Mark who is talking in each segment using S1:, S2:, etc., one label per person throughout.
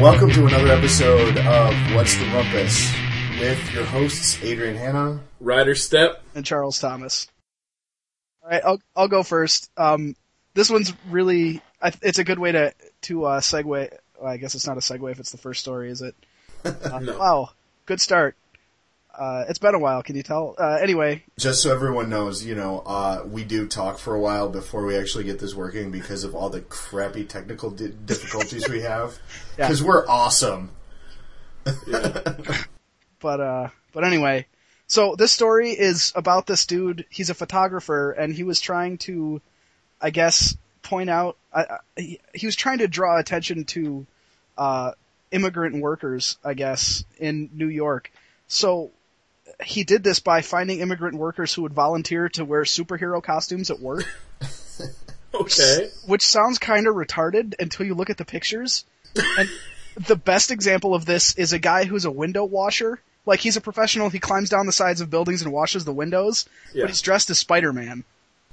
S1: Welcome to another episode of What's the Rumpus with your hosts Adrian Hanna.
S2: Rider Step.
S3: and Charles Thomas. All right, I'll I'll go first. Um, this one's really I, it's a good way to to uh, segue. well, I guess it's not a segue if it's the first story, is it? Uh,
S2: No.
S3: Wow, good start. Uh, it's been a while. Can you tell? Uh, anyway,
S1: Just so everyone knows, you know, uh, we do talk for a while before we actually get this working because of all the crappy technical di- difficulties we have.
S3: Yeah.
S1: Because we're awesome.
S2: Yeah.
S3: but uh, but anyway, so this story is about this dude. He's a photographer, and he was trying to, I guess, point out. I, I, he, he was trying to draw attention to uh, immigrant workers, I guess, in New York. So he did this by finding immigrant workers who would volunteer to wear superhero costumes at work,
S2: Okay.
S3: which sounds kind of retarded until you look at the pictures. And the best example of this is a guy who's a window washer. Like he's a professional, he climbs down the sides of buildings and washes the windows,
S2: Yeah.
S3: but he's dressed as Spider-Man.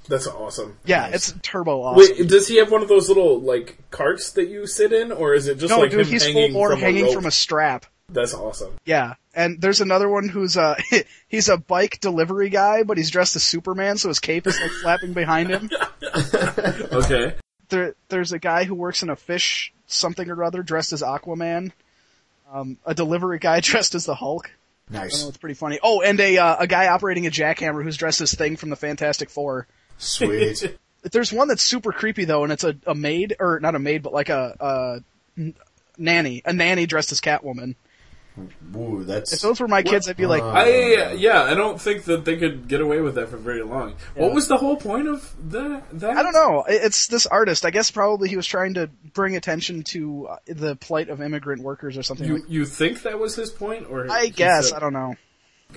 S2: That's awesome.
S3: Yeah, it's turbo awesome.
S2: Wait, does he have one of those little like carts that you sit in, or is it just
S3: no,
S2: like
S3: dude,
S2: him
S3: he's
S2: hanging
S3: full bore
S2: from a
S3: hanging
S2: rope?
S3: from a strap.
S2: That's awesome.
S3: Yeah, and there's another one who's a he's a bike delivery guy, but he's dressed as Superman, so his cape is like flapping behind him.
S2: Okay.
S3: There, there's a guy who works in a fish something or other, dressed as Aquaman. Um, a delivery guy dressed as the Hulk. I don't know,
S1: Nice.
S3: it's pretty funny. Oh, and a uh, a guy operating a jackhammer who's dressed as Thing from the Fantastic Four.
S1: Sweet.
S3: There's one that's super creepy though, and it's a, a maid or not a maid, but like a, a n- nanny, a nanny dressed as Catwoman.
S1: Ooh,
S3: If
S1: that's.
S3: those were my kids, I'd be like,
S1: Uh,
S2: I yeah, I don't think that they could get away with that for very long. What was the whole point of that? That
S3: I don't know. I- It's this artist. I guess probably he was trying to bring attention to uh, the plight of immigrant workers or something.
S2: You
S3: like
S2: you think that was his point, or
S3: I
S2: he
S3: guess
S2: said-
S3: I don't know.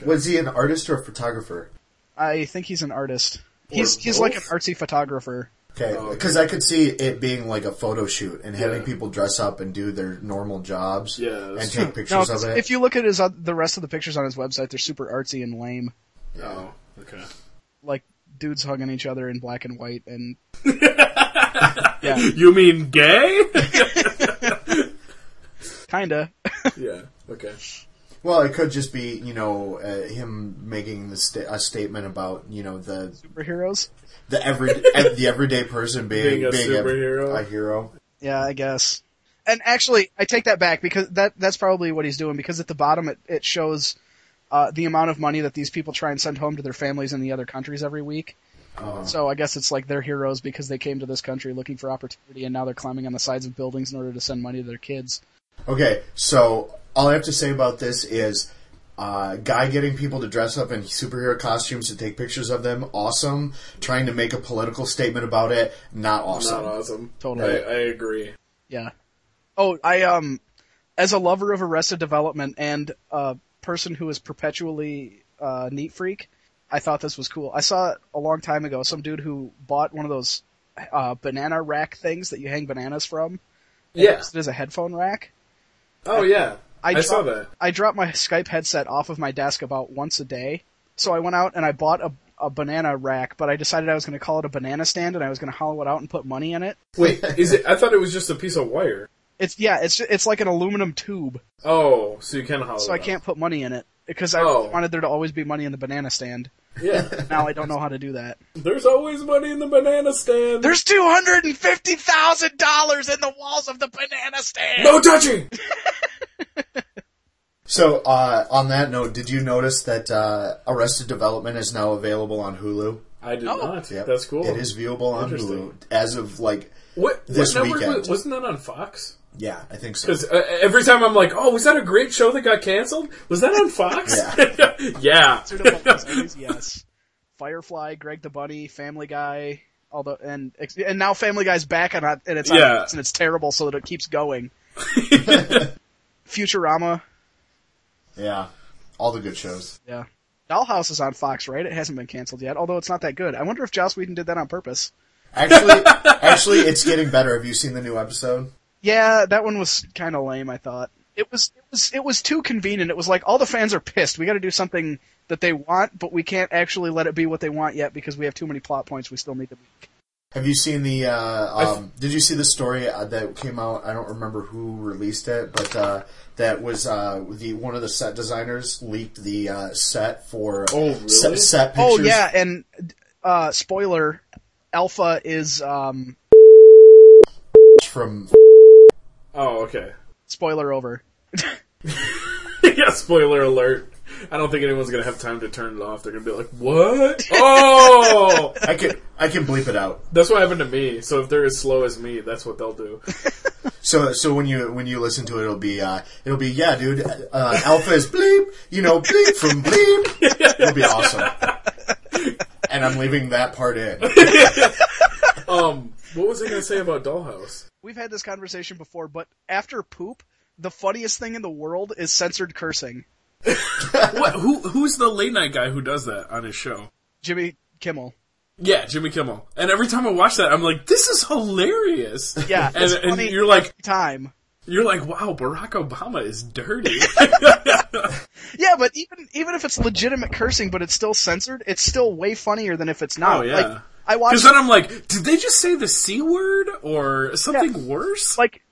S1: Was he an artist or a photographer?
S3: I think he's an artist. He's
S2: Or
S3: he's like an
S2: both?
S3: artsy photographer.
S1: Okay,
S2: Oh, okay.
S1: because I could see it being like a photo shoot and having
S2: Yeah.
S1: people dress up and do their normal jobs
S2: Yeah, that's
S1: and
S2: true.
S1: take
S3: No,
S1: pictures of it.
S3: if you look at his oth- the rest of the pictures on his website, they're super artsy and lame.
S2: Oh, okay.
S3: Like dudes hugging each other in black and white, and yeah,
S2: You mean gay?
S3: kinda.
S2: yeah. Okay.
S1: Well, it could just be you know uh, him making the sta- a statement about you know the
S3: Superheroes.
S1: the every ev- the everyday person being
S2: Being a
S1: ev-
S2: superhero.
S1: a hero.
S3: Yeah, I guess. And actually, I take that back because that that's probably what he's doing because at the bottom it, it shows uh, the amount of money that these people try and send home to their families in the other countries every week.
S1: Oh.
S3: So I guess it's like they're heroes because they came to this country looking for opportunity and now they're climbing on the sides of buildings in order to send money to their kids.
S1: Okay, so all I have to say about this is uh, guy getting people to dress up in superhero costumes to take pictures of them. Awesome. Trying to make a political statement about it. Not awesome.
S2: Not awesome.
S3: Totally.
S2: I, I agree.
S3: Yeah. Oh, I um, as a lover of Arrested Development and a person who is perpetually uh, neat freak, I thought this was cool. I saw it a long time ago. Some dude who bought one of those uh, banana rack things that you hang bananas from. and
S2: Yeah.
S3: used It as a headphone rack.
S2: Oh yeah. I, saw
S3: dropped-
S2: that.
S3: I drop my Skype headset off of my desk about once a day. So I went out and I bought a, a banana rack, but I decided I was going to call it a banana stand and I was going to hollow it out and put money in it.
S2: Wait, is it? I thought it was just a piece of wire.
S3: It's yeah, it's it's like an aluminum tube.
S2: Oh, so you can hollow.
S3: so I can't put money in it because I
S2: Oh.
S3: wanted there to always be money in the banana stand.
S2: Yeah,
S3: Now I don't know how to do that.
S2: there's always money in the banana stand.
S3: There's two hundred and fifty thousand dollars in the walls of the banana stand.
S2: no touching.
S1: So uh, on that note, did you notice that uh, Arrested Development is now available on Hulu?
S2: I did
S3: Oh.
S2: not.
S1: Yep.
S2: That's cool.
S1: It is viewable on
S2: Interesting.
S1: Hulu as of like
S2: What,
S1: This
S2: what network
S1: weekend.
S2: was, wasn't that on Fox?
S1: yeah, I think so.
S2: Because uh, every time I'm like, oh, was that a great show that got canceled? Was that on Fox? yeah.
S3: yes, Firefly, Greg the Bunny, Family Guy, all the and and now Family Guy's back and I- and it's on
S2: Yeah.
S3: Netflix and it's terrible, so that it keeps going. Futurama,
S1: Yeah, all the good shows.
S3: yeah. Dollhouse is on Fox, right? It hasn't been canceled yet, although it's not that good. I wonder if Joss Whedon did that on purpose.
S1: Actually, actually, it's getting better. Have you seen the new episode?
S3: Yeah, that one was kind of lame. I thought it was it was it was too convenient. It was like all the fans are pissed. We got to do something that they want, but we can't actually let it be what they want yet because we have too many plot points we still need to make.
S1: Have you seen the? Uh, um, did you see the story uh, that came out? I don't remember who released it, but uh, that was uh, the one of the set designers leaked the uh, set for
S2: Oh, really?
S1: set, set
S3: Oh
S1: pictures.
S3: yeah, and uh, spoiler, Alpha is um,
S1: from
S2: Oh, okay.
S3: spoiler over.
S2: yeah, spoiler alert. I don't think anyone's gonna have time to turn it off. They're gonna be like, "What? Oh,
S1: I can I can bleep it out.
S2: that's what happened to me." So if they're as slow as me, that's what they'll do.
S1: So so when you when you listen to it, it'll be uh, it'll be yeah, dude. Uh, alpha is bleep, you know, bleep from bleep. It'll be awesome. And I'm leaving that part in.
S2: Um, what was I gonna say about Dollhouse?
S3: We've had this conversation before, but after poop, the funniest thing in the world is censored cursing.
S2: What? Who? Who's the late night guy who does that on his show?
S3: Jimmy Kimmel.
S2: Yeah, Jimmy Kimmel. And every time I watch that, I'm like, "This is hilarious."
S3: Yeah,
S2: and,
S3: it's
S2: and
S3: funny.
S2: you're like,
S3: Time.
S2: you're like, "Wow, Barack Obama is dirty."
S3: Yeah, but even even if it's legitimate cursing, but it's still censored, it's still way funnier than if it's not.
S2: Oh, yeah.
S3: Like I
S2: Because
S3: watched
S2: then I'm like, "Did they just say the c word or something worse?"
S3: like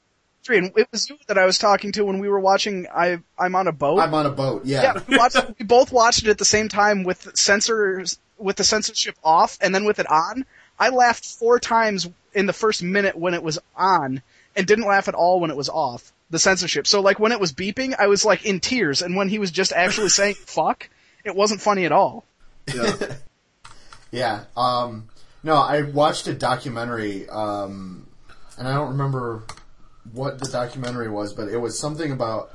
S3: three, and it was you that I was talking to when we were watching. I I'm on a boat.
S1: I'm on a boat. Yeah.
S3: yeah, we, watched, we both watched it at the same time with censors with the censorship off, and then with it on. I laughed four times in the first minute when it was on, and didn't laugh at all when it was off the censorship. So like when it was beeping, I was like in tears, and when he was just actually saying "fuck," it wasn't funny at all.
S2: Yeah.
S1: Yeah. Um, no, I watched a documentary, um, and I don't remember what the documentary was, but it was something about.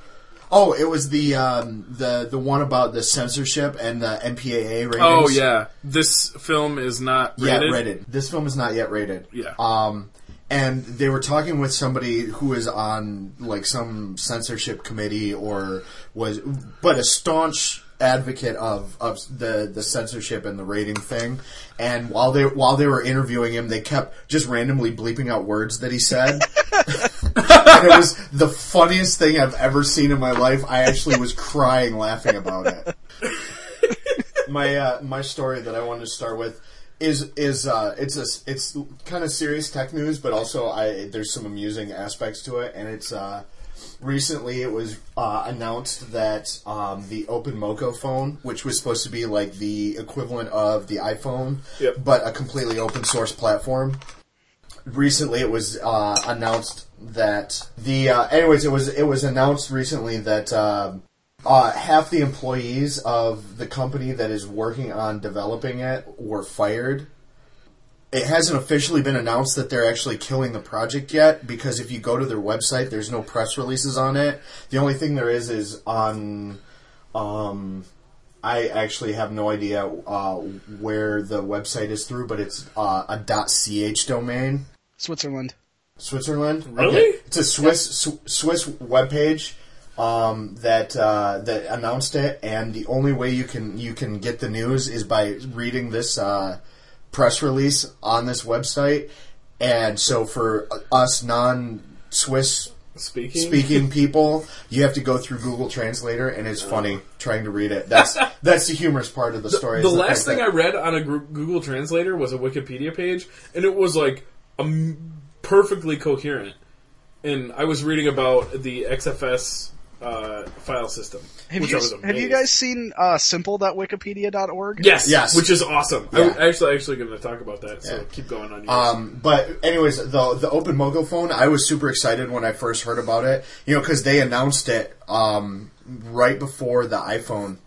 S1: Oh, it was the um, the the one about the censorship and the MPAA ratings.
S2: Oh yeah, this film is not
S1: yeah,
S2: rated.
S1: rated. This film is not yet rated.
S2: Yeah.
S1: Um, and they were talking with somebody who is on like some censorship committee or was, but a staunch advocate of, of the, the censorship and the rating thing. And while they, while they were interviewing him, they kept just randomly bleeping out words that he said. and it was the funniest thing I've ever seen in my life. I actually was crying laughing about it. my uh, my story that I wanted to start with is is uh, it's a s- it's kind of serious tech news, but also I there's some amusing aspects to it, and it's. Uh, Recently, it was uh, announced that um, the Open Moco phone, which was supposed to be like the equivalent of the iPhone,
S2: Yep.
S1: but a completely open source platform, recently it was uh, announced that the uh, anyways it was it was announced recently that um uh, half the employees of the company that is working on developing it were fired. It hasn't officially been announced that they're actually killing the project yet because if you go to their website, there's no press releases on it. The only thing there is is on. Um, I actually have no idea uh, where the website is through, but it's uh, a .ch domain.
S3: Switzerland.
S1: Switzerland.
S2: Really?
S1: It's a Swiss sw- Swiss webpage um, that uh, that announced it, and the only way you can you can get the news is by reading this uh, press release on this website. And so, for us non-Swiss
S2: Speaking.
S1: speaking people, you have to go through Google Translator, and it's funny trying to read it. That's that's the humorous part of the story.
S2: Uh. The
S1: is
S2: last
S1: fact
S2: thing I
S1: that-
S2: read on a Gro- Google Translator was a Wikipedia page, and it was like um, perfectly coherent. And I was reading about the XFS uh, file system.
S3: Have
S2: which
S3: you,
S2: I was
S3: have you
S2: amazed.
S3: guys seen uh, simple.wikipedia.org?
S2: Yes,
S1: Yes.
S2: which is awesome.
S1: Yeah.
S2: I'm actually actually going to talk about that. So keep going on. Yours.
S1: Um, but anyways, the the Open Mogo phone, I was super excited when I first heard about it. You know, because they announced it um, right before the iPhone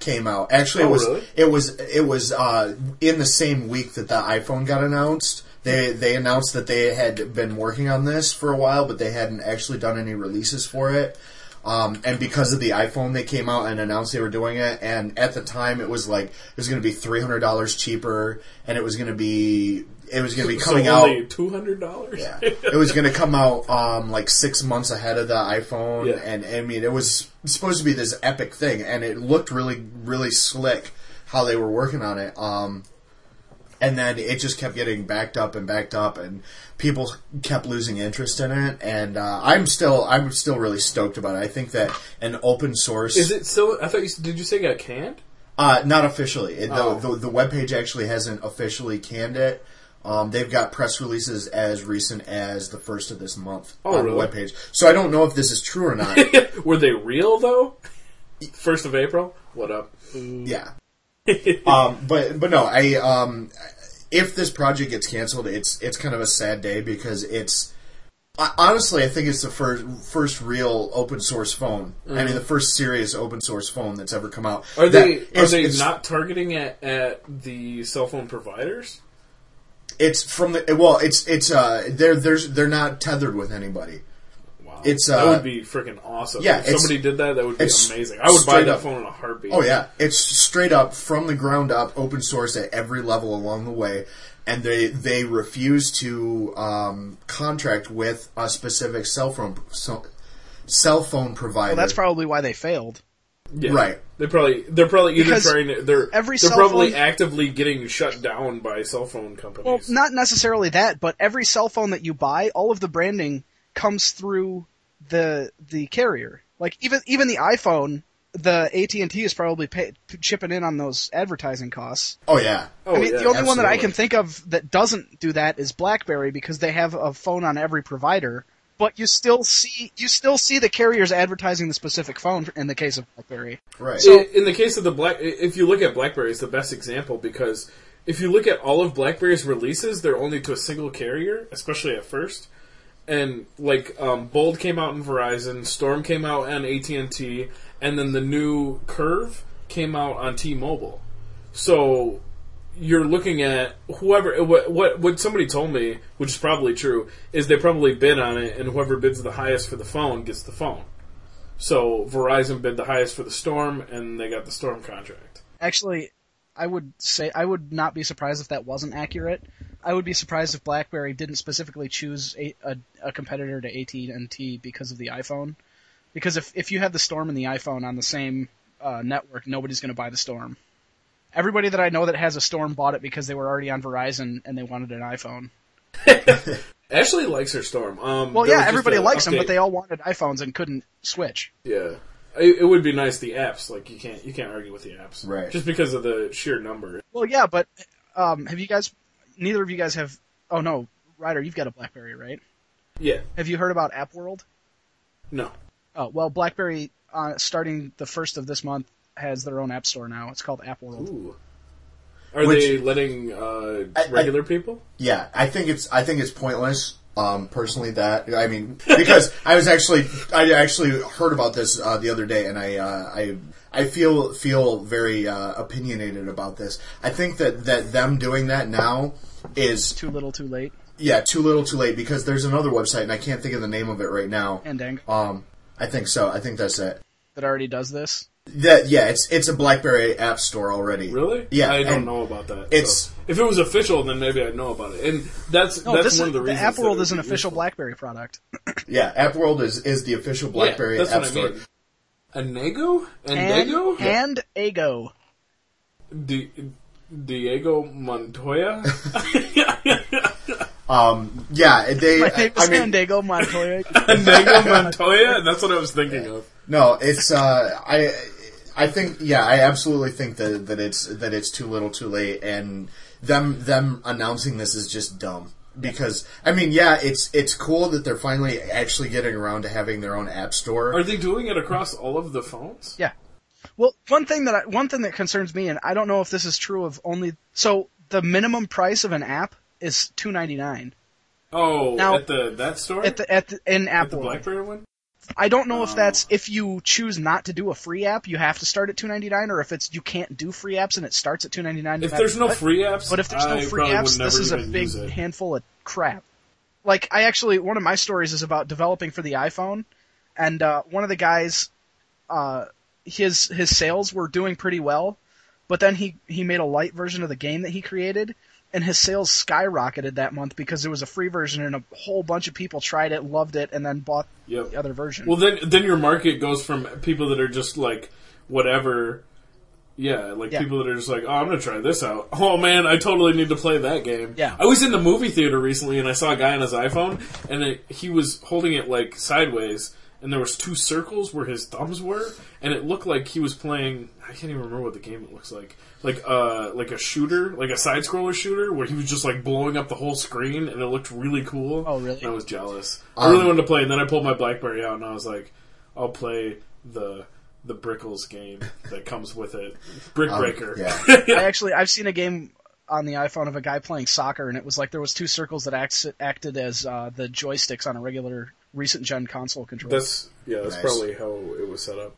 S1: came out. Actually,
S2: Oh,
S1: it was
S2: really?
S1: it was it was uh, in the same week that the iPhone got announced. They they announced that they had been working on this for a while, but they hadn't actually done any releases for it. Um, and because of the iPhone, they came out and announced they were doing it. And at the time, it was like it was going to be three hundred dollars cheaper, and it was going to be it was going to be coming
S2: so
S1: out.
S2: only two hundred dollars.
S1: Yeah. It was going to come out um, like six months ahead of the iPhone,
S2: Yeah.
S1: and I mean, it was supposed to be this epic thing, and it looked really, really slick how they were working on it. Um, and then it just kept getting backed up and backed up, and people kept losing interest in it. And uh, I'm still, I'm still really stoked about it. I think that an open source
S2: Is it still? I thought you s- did. You say it got canned?
S1: uh, not officially. It,
S2: Oh.
S1: the, the the webpage actually hasn't officially canned it. Um, they've got press releases as recent as the first of this month
S2: Oh,
S1: on
S2: really?
S1: the webpage. So I don't know if this is true or not.
S2: Were they real though? First of April. What up?
S1: yeah. um, but but no, I um, if this project gets canceled, it's it's kind of a sad day because it's I, honestly I think it's the first first real open source phone. I mean, the first serious open source phone that's ever come out.
S2: Mm. Are
S1: That-
S2: they are
S1: it's-
S2: they
S1: it's-
S2: not targeting at, at the cell phone providers?
S1: It's from the well. It's it's uh they're there's they're not tethered with anybody.
S2: Wow,
S1: It's,
S2: that
S1: uh,
S2: would be freaking awesome.
S1: yeah,
S2: if
S1: it's-
S2: somebody did that, that would be
S1: it's
S2: amazing. I would buy
S1: straight
S2: that
S1: up-
S2: phone in a heartbeat.
S1: Oh yeah, it's straight up from the ground up, open source at every level along the way, and they they refuse to um, contract with a specific cell phone so, cell phone provider.
S3: Well, that's probably why they failed.
S2: Yeah.
S1: right.
S2: They Oh, probably they're probably either
S3: Because
S2: trying to they're
S3: every
S2: they're
S3: cell
S2: probably
S3: phone-
S2: actively getting shut down by cell phone companies.
S3: Well, not necessarily that, but every cell phone that you buy, all of the branding comes through the the carrier. Like even even the iPhone, the AT and T is probably pay, chipping in on those advertising costs.
S1: Oh yeah.
S2: oh,
S3: I mean,
S2: yeah.
S3: the only one that I
S1: absolutely.
S3: can think of that doesn't do that is BlackBerry because they have a phone on every provider. But you still see you still see the carriers advertising the specific phone in the case of BlackBerry.
S1: Right.
S2: I- in the case of the black, i- if you look at BlackBerry, it's the best example because if you look at all of BlackBerry's releases, they're only to a single carrier, especially at first. And like um, Bold came out in Verizon, Storm came out on AT and T, and then the new Curve came out on T-Mobile. So you're looking at whoever what what what somebody told me, which is probably true, is they probably bid on it, and whoever bids the highest for the phone gets the phone. So Verizon bid the highest for the Storm, and they got the Storm contract.
S3: Actually, I would say I would not be surprised if that wasn't accurate. I would be surprised if BlackBerry didn't specifically choose a, a, a competitor to AT&T because of the iPhone. Because if if you have the Storm and the iPhone on the same uh, network, nobody's going to buy the Storm. Everybody that I know that has a Storm bought it because they were already on Verizon and they wanted an iPhone.
S2: Ashley likes her Storm. Um, there
S3: Well,
S2: was
S3: yeah,
S2: just
S3: everybody
S2: a
S3: likes them, but
S2: update.
S3: they all wanted iPhones and couldn't switch.
S2: yeah. It, it would be nice the apps like you can't you can't argue with the apps
S1: Right.
S2: just because of the sheer number.
S3: Well, yeah, but um, have you guys? Neither of you guys have. Oh no, Ryder, you've got a BlackBerry, right?
S2: Yeah.
S3: Have you heard about App World?
S2: No.
S3: Oh, well, BlackBerry, uh, starting the first of this month, has their own app store now. It's called App World.
S2: Ooh. Are
S1: Which-
S2: they letting uh,
S1: I- I-
S2: regular people?
S1: Yeah, I think it's I think it's pointless. Um, personally, that I mean, because I was actually I actually heard about this uh, the other day, and I uh, I I feel feel very uh, opinionated about this. I think that that them doing that now is
S3: Too little, too late.
S1: yeah too little, too late. Because there's another website, and I can't think of the name of it right now.
S3: Fandango
S1: Um, I think so. I think that's it.
S3: that already does this.
S1: That yeah, it's it's a BlackBerry app store already.
S2: Really?
S1: Yeah,
S2: I don't
S1: and
S2: know about that.
S1: it's-
S2: so. if it was official, then maybe I'd know about it. And that's
S3: No,
S2: that's
S3: this
S2: one
S3: is,
S2: of the reasons.
S3: App
S2: that
S3: World
S2: it
S3: is an
S2: would be
S3: official
S2: useful.
S3: BlackBerry product.
S1: Yeah, AppWorld is is the official BlackBerry
S2: Yeah,
S1: app
S2: that's
S1: store.
S2: what I mean. Anego?
S3: And,
S2: Andego?
S3: and Ago.
S2: Di- Diego Montoya.
S1: Um, yeah, they.
S3: My name
S1: I-
S3: is
S1: I mean,
S3: Fandango Montoya.
S2: Diego Montoya. That's what I was thinking of.
S1: No, it's uh, I. I think yeah, I absolutely think that that it's that it's too little, too late, and them them announcing this is just dumb. Because I mean, yeah, it's it's cool that they're finally actually getting around to having their own app store.
S2: Are they doing it across all of the phones?
S3: Yeah. Well, one thing that I, one thing that concerns me, and I don't know if this is true of only so the minimum price of an app is two ninety nine
S2: Oh,
S3: Now-
S2: at the that store,
S3: at the at the, in App
S2: At the
S3: World.
S2: BlackBerry one.
S3: I don't know
S2: Oh.
S3: if that's if you choose not to do a free app, you have to start at 2.99, or if it's you can't do free apps and it starts at 2.99.
S2: If there's no
S3: but,
S2: free apps,
S3: but if there's no
S2: I
S3: free
S2: probably would
S3: apps, this
S2: never
S3: is a
S2: even
S3: big
S2: use it.
S3: handful of crap. Like I actually, one of my stories is about developing for the iPhone, and uh, one of the guys, uh, his his sales were doing pretty well, but then he he made a light version of the game that he created. And his sales skyrocketed that month because there was a free version and a whole bunch of people tried it, loved it, and then bought
S2: Yep.
S3: the other version.
S2: Well, then then your market goes from people that are just like whatever. Yeah, like
S3: Yeah.
S2: people that are just like, oh, I'm gonna try this out. Oh man, I totally need to play that game.
S3: Yeah.
S2: I was in the movie theater recently and I saw a guy on his iPhone and it, he was holding it like sideways and there was two circles where his thumbs were, and it looked like he was playing. I can't even remember what the game it looks like, like uh, like a shooter, like a side scroller shooter, where he was just like blowing up the whole screen, and it looked really cool.
S3: Oh, really?
S2: And I was jealous. I
S1: Um,
S2: really wanted to play, and then I pulled my BlackBerry out, and I was like, I'll play the the Brickles game that comes with it, Brick Breaker.
S1: Um, yeah.
S3: I actually I've seen a game on the iPhone of a guy playing soccer, and it was like there was two circles that act- acted as uh, the joysticks on a regular recent gen console controller.
S2: That's yeah, that's
S1: Nice.
S2: probably how it was set up.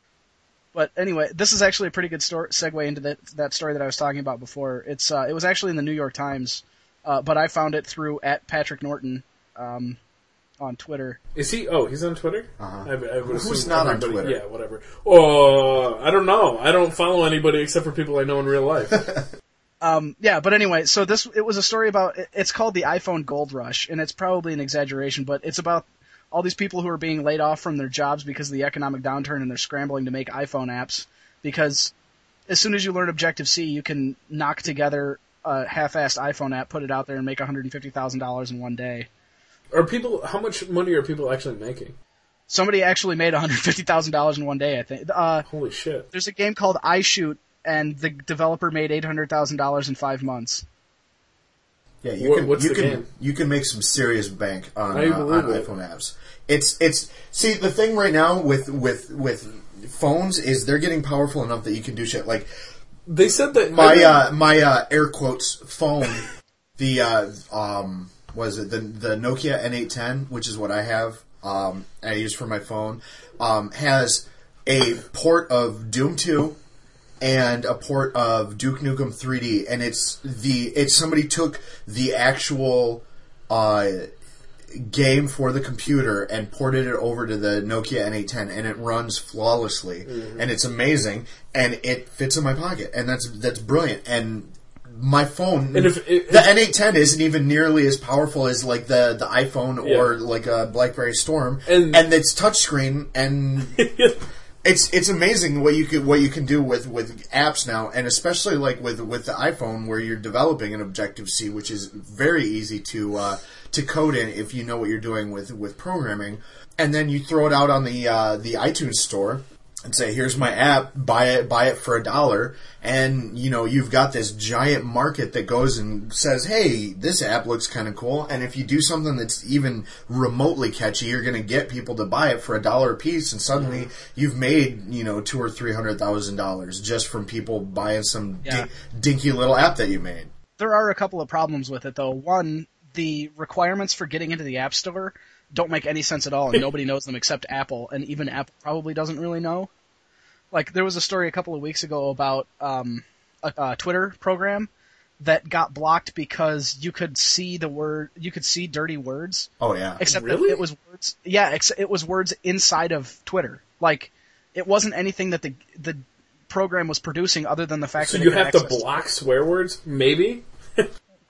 S3: But anyway, this is actually a pretty good stor segue into that that story that I was talking about before. It's uh, it was actually in the New York Times, uh, but I found it through at Patrick Norton um, on Twitter.
S2: Is he? Oh, he's on Twitter. I, I would
S1: Uh-huh. Who's
S2: assume
S1: not on
S2: everybody-
S1: Twitter?
S2: Yeah, whatever. Oh, I don't know. I don't follow anybody except for people I know in real life.
S3: Um, yeah, but anyway, so this it was a story about it- it's called the iPhone Gold Rush, and it's probably an exaggeration, but it's about all these people who are being laid off from their jobs because of the economic downturn, and they're scrambling to make iPhone apps because as soon as you learn Objective C, you can knock together a half-assed iPhone app, put it out there, and make one hundred and fifty thousand dollars in one day.
S2: are people? How much money are people actually making?
S3: Somebody actually made one hundred fifty thousand dollars in one day, I think. Uh,
S2: Holy shit!
S3: there's a game called iShoot, and the developer made eight hundred thousand dollars in five months.
S1: Yeah, you
S2: What-
S1: can
S2: what's
S1: you
S2: the
S1: can
S2: game?
S1: you can make some serious bank on,
S2: I
S1: uh, on
S2: believe it.
S1: iPhone apps. It's it's see the thing right now with with with phones is they're getting powerful enough that you can do shit like
S2: They said that
S1: my
S2: every-
S1: uh, my uh, air quotes phone the uh, um was it the the Nokia N810 which is what I have um I use for my phone um has a port of Doom 2 and a port of Duke Nukem 3D and it's the it's somebody took the actual uh game for the computer and ported it over to the Nokia N810 and it runs flawlessly
S2: Mm-hmm.
S1: and it's amazing and it fits in my pocket and that's that's brilliant and my phone
S2: And if- if-
S1: the N810 isn't even nearly as powerful as like the the iPhone or
S2: Yeah.
S1: like a BlackBerry Storm
S2: And-
S1: and it's touchscreen and it's it's amazing what you could what you can do with with apps now, and especially like with with the iPhone, where you're developing an Objective C, which is very easy to uh, to code in if you know what you're doing with with programming, and then you throw it out on the uh, the iTunes store and say, "Here's my app, buy it, buy it for a dollar," and you know you've got this giant market that goes and says, "Hey, this app looks kind of cool," and if you do something that's even remotely catchy, you're going to get people to buy it for a dollar a piece, and suddenly you've made you know two or three hundred thousand dollars just from people buying some
S3: Yeah.
S1: di- dinky little app that you made.
S3: there are a couple of problems with it though. One, the requirements for getting into the App Store don't make any sense at all, and nobody knows them except Apple, and even Apple probably doesn't really know. Like there was a story a couple of weeks ago about um, a, a Twitter program that got blocked because you could see the word, you could see dirty words,
S1: Oh yeah,
S3: except
S2: Really?
S3: that it was words. Yeah, ex- it was words inside of Twitter. Like it wasn't anything that the the program was producing other than the fact
S2: So
S3: that it
S2: you
S3: could
S2: have to
S3: access-
S2: block swear words, maybe.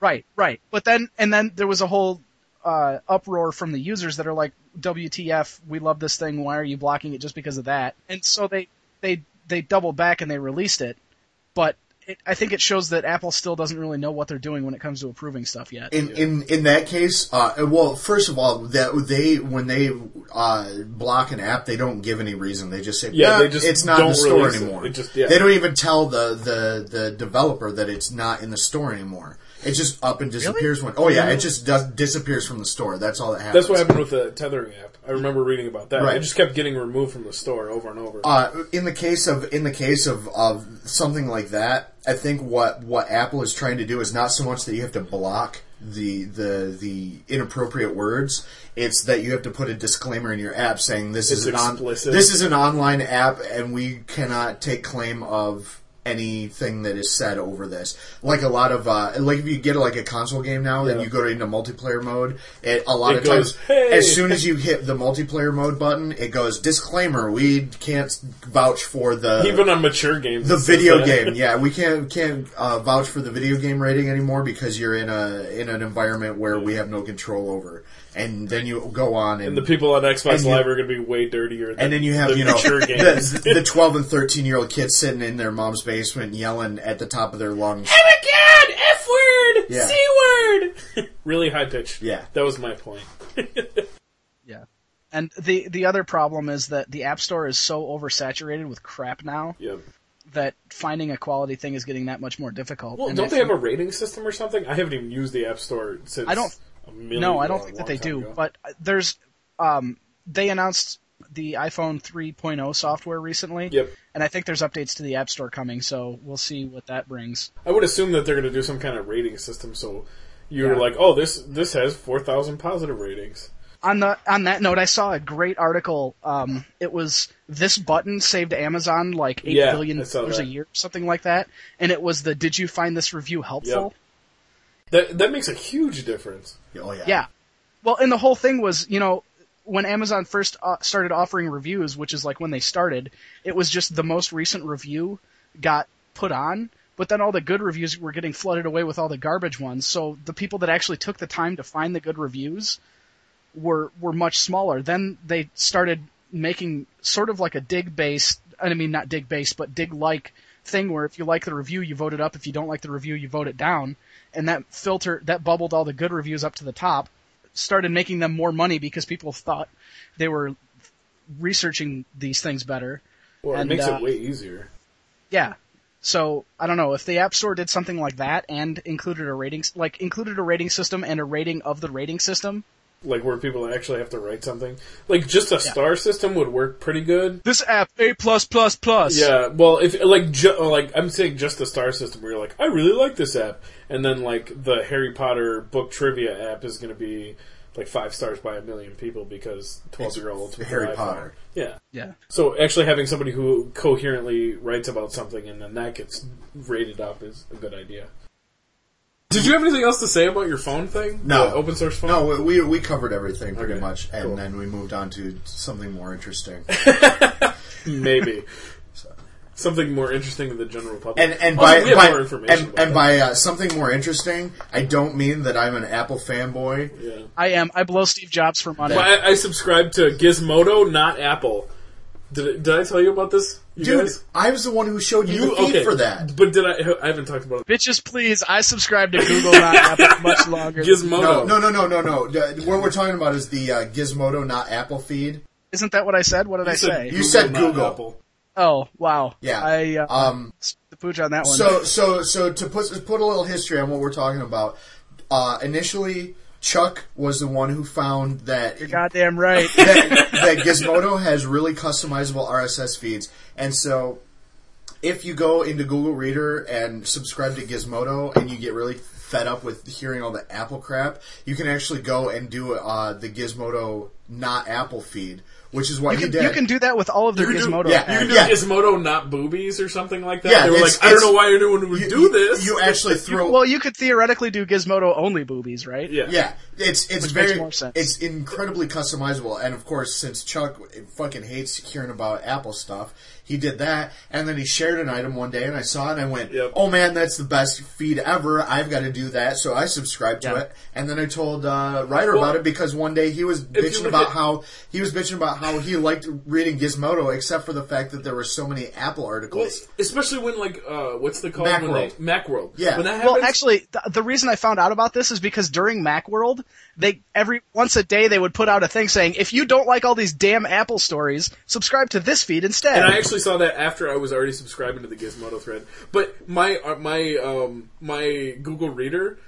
S3: Right, right. But then, and then there was a whole uh, uproar from the users that are like, "WTF? We love this thing. Why are you blocking it just because of that?" And so they they they doubled back and they released it. But it, I think it shows that Apple still doesn't really know what they're doing when it comes to approving stuff yet.
S1: in in in that case, uh, well, first of all, that they when they uh, block an app, they don't give any reason. They just say,
S2: Yeah,
S1: "Nah,
S2: they just
S1: it's not in
S2: don't
S1: the store
S2: release it.
S1: anymore."
S2: It just- yeah.
S1: They don't even tell the, the the developer that it's not in the store anymore. It just up and disappears. When oh yeah, it just does, disappears from the store. That's all that happens.
S2: That's what happened with the tethering app. I remember reading about that.
S1: Right.
S2: It just kept getting removed from the store over and over.
S1: Uh, in the case of in the case of, of something like that, I think what, what Apple is trying to do is not so much that you have to block the the the inappropriate words, it's that you have to put a disclaimer in your app saying this is an
S2: It's
S1: on,
S2: explicit.
S1: this is an online app and we cannot take claim of anything that is said over this. Like a lot of uh, like if you get like a console game now and
S2: Yeah.
S1: you go into multiplayer mode, it a lot
S2: It
S1: of
S2: goes,
S1: times
S2: "Hey!"
S1: as soon as you hit the multiplayer mode button, it goes disclaimer: we can't vouch for the
S2: even on mature games,
S1: the
S2: it says
S1: video
S2: that.
S1: game. Yeah, we can't can't uh, vouch for the video game rating anymore because you're in a in an environment where we have no control over. And then you go on and.
S2: The people on Xbox
S1: And you-
S2: Live are going to be way dirtier. Than
S1: and then you have
S2: the
S1: you know
S2: mature games.
S1: the, the twelve and thirteen year old kids sitting in their mom's basement yelling at the top of their lungs.
S2: Oh my god! F word!
S1: Yeah.
S2: C word! really high pitched.
S1: Yeah.
S2: That was my point.
S3: Yeah. And the the other problem is that the App Store is so oversaturated with crap now
S2: Yep.
S3: that finding a quality thing is getting that much more difficult.
S2: Well,
S3: And
S2: don't
S3: if
S2: they have
S3: you-
S2: a rating system or something? I haven't even used the App Store since.
S3: I don't-
S2: A million,
S3: No, I don't
S2: a long
S3: think that they
S2: time
S3: do.
S2: ago.
S3: But uh, there's um, they announced the iPhone 3.0 software recently,
S2: Yep.
S3: and I think there's updates to the App Store coming, so we'll see what that brings.
S2: I would assume that they're going to do some kind of rating system. So you're
S3: Yeah.
S2: like, oh, this this has four thousand positive ratings.
S3: On the on that note, I saw a great article. Um, it was this button saved Amazon like eight
S2: Yeah,
S3: billion
S2: I saw
S3: dollars a
S2: that.
S3: year, something like that, and it was the "Did you find this review helpful?"
S2: That that makes a huge difference.
S1: Oh yeah.
S3: Yeah. Well, and the whole thing was, you know, when Amazon first uh, started offering reviews, which is like when they started, it was just the most recent review got put on, but then all the good reviews were getting flooded away with all the garbage ones. So the people that actually took the time to find the good reviews were were much smaller. Then they started making sort of like a dig based, I mean not dig based, but dig like thing where if you like the review you vote it up, if you don't like the review you vote it down, and that filter that bubbled all the good reviews up to the top, started making them more money because people thought they were researching these things better.
S2: Well,
S3: And,
S2: it makes
S3: uh,
S2: it way easier.
S3: Yeah. So I don't know if the App Store did something like that and included a rating, like included a rating system and a rating of the rating system.
S2: Like where people actually have to write something. Like just a star system would work pretty good.
S3: This app A plus plus plus.
S2: Yeah. Well, if like ju- like I'm saying just a star system where you're like, I really like this app, and then like the Harry Potter book trivia app is going to be like five stars by a million people because twelve year olds with
S1: Harry
S2: their iPhone.
S1: Potter.
S2: Yeah.
S3: Yeah.
S2: So actually having somebody who coherently writes about something and then that gets rated up is a good idea. Did you have anything else to say about your phone thing?
S1: No.
S2: The open source phone?
S1: No, we- we we covered everything pretty
S2: Okay,
S1: much, and
S2: cool.
S1: then we moved on to something more interesting.
S2: Maybe. Something more interesting to the general public.
S1: And and
S2: Also,
S1: by,
S2: Oh, we have
S1: by-
S2: more information
S1: and,
S2: about
S1: and by uh, something more interesting, I don't mean that I'm an Apple fanboy.
S2: that. Yeah.
S3: I am. I blow Steve Jobs for money.
S2: Well, I, I subscribe to Gizmodo, not Apple. Did, did I tell you about this, you
S1: Dude,
S2: guys?
S1: I was the one who showed you,
S2: You
S1: the feed
S2: okay
S1: for that.
S2: But did I? I haven't talked about it.
S3: Bitches, please. I subscribe to Google not Apple much longer.
S1: No,
S2: Gizmodo.
S1: no, no, no, no, no. The- What we're talking about is the uh, Gizmodo, not Apple feed.
S3: Isn't that what I said? What did I say?
S1: you said
S2: not
S1: Google.
S2: Apple.
S3: oh wow.
S1: Yeah.
S3: I uh,
S1: Um,
S3: the pooch on that one.
S1: So, so, so to put put a little history on what we're talking about. Uh, initially, Chuck was the one who found that
S3: Goddamn right.
S1: that, that Gizmodo has really customizable RSS feeds, and so if you go into Google Reader and subscribe to Gizmodo, and you get really fed up with hearing all the Apple crap, you can actually go and do uh, the Gizmodo not Apple feed, which is what
S3: You
S1: he
S3: can,
S1: did.
S3: you can do that with all of their
S2: You can do-
S3: Gizmodo.
S1: yeah,
S3: apps.
S2: You can do
S1: Yeah.
S2: Gizmodo, not boobies, or something like that.
S1: Yeah,
S2: they were
S1: it's-
S2: like, I don't
S1: it's-
S2: know why anyone would
S1: You-
S2: do this.
S1: You actually throw.
S3: Well, you could theoretically do Gizmodo only boobies, right?
S2: yeah.
S1: Yeah, it's it's
S3: Which
S1: very
S3: makes more sense.
S1: it's incredibly customizable, and of course, since Chuck fucking hates hearing about Apple stuff, he did that, and then he shared an item one day, and I saw it, and I went,
S2: Yep.
S1: "Oh man, that's the best feed ever! I've got to do that." So I subscribed to
S3: Yeah.
S1: it, and then I told uh, Ryder
S2: Well,
S1: about it because one day he was
S2: if you
S1: bitching
S2: look
S1: about
S2: at-
S1: how he was bitching about how he liked reading Gizmodo, except for the fact that there were so many Apple
S2: Well,
S1: articles.
S2: especially when like uh, what's the call when they
S1: Macworld.
S2: Macworld.
S1: Yeah.
S2: When that happens,
S3: Well, actually, the, the reason I found out about this is because during Macworld, they every once a day they would put out a thing saying, "If you don't like all these damn Apple stories, subscribe to this feed instead."
S2: and I actually saw that after I was already subscribing to the Gizmodo thread. But my uh, my um, my Google Reader.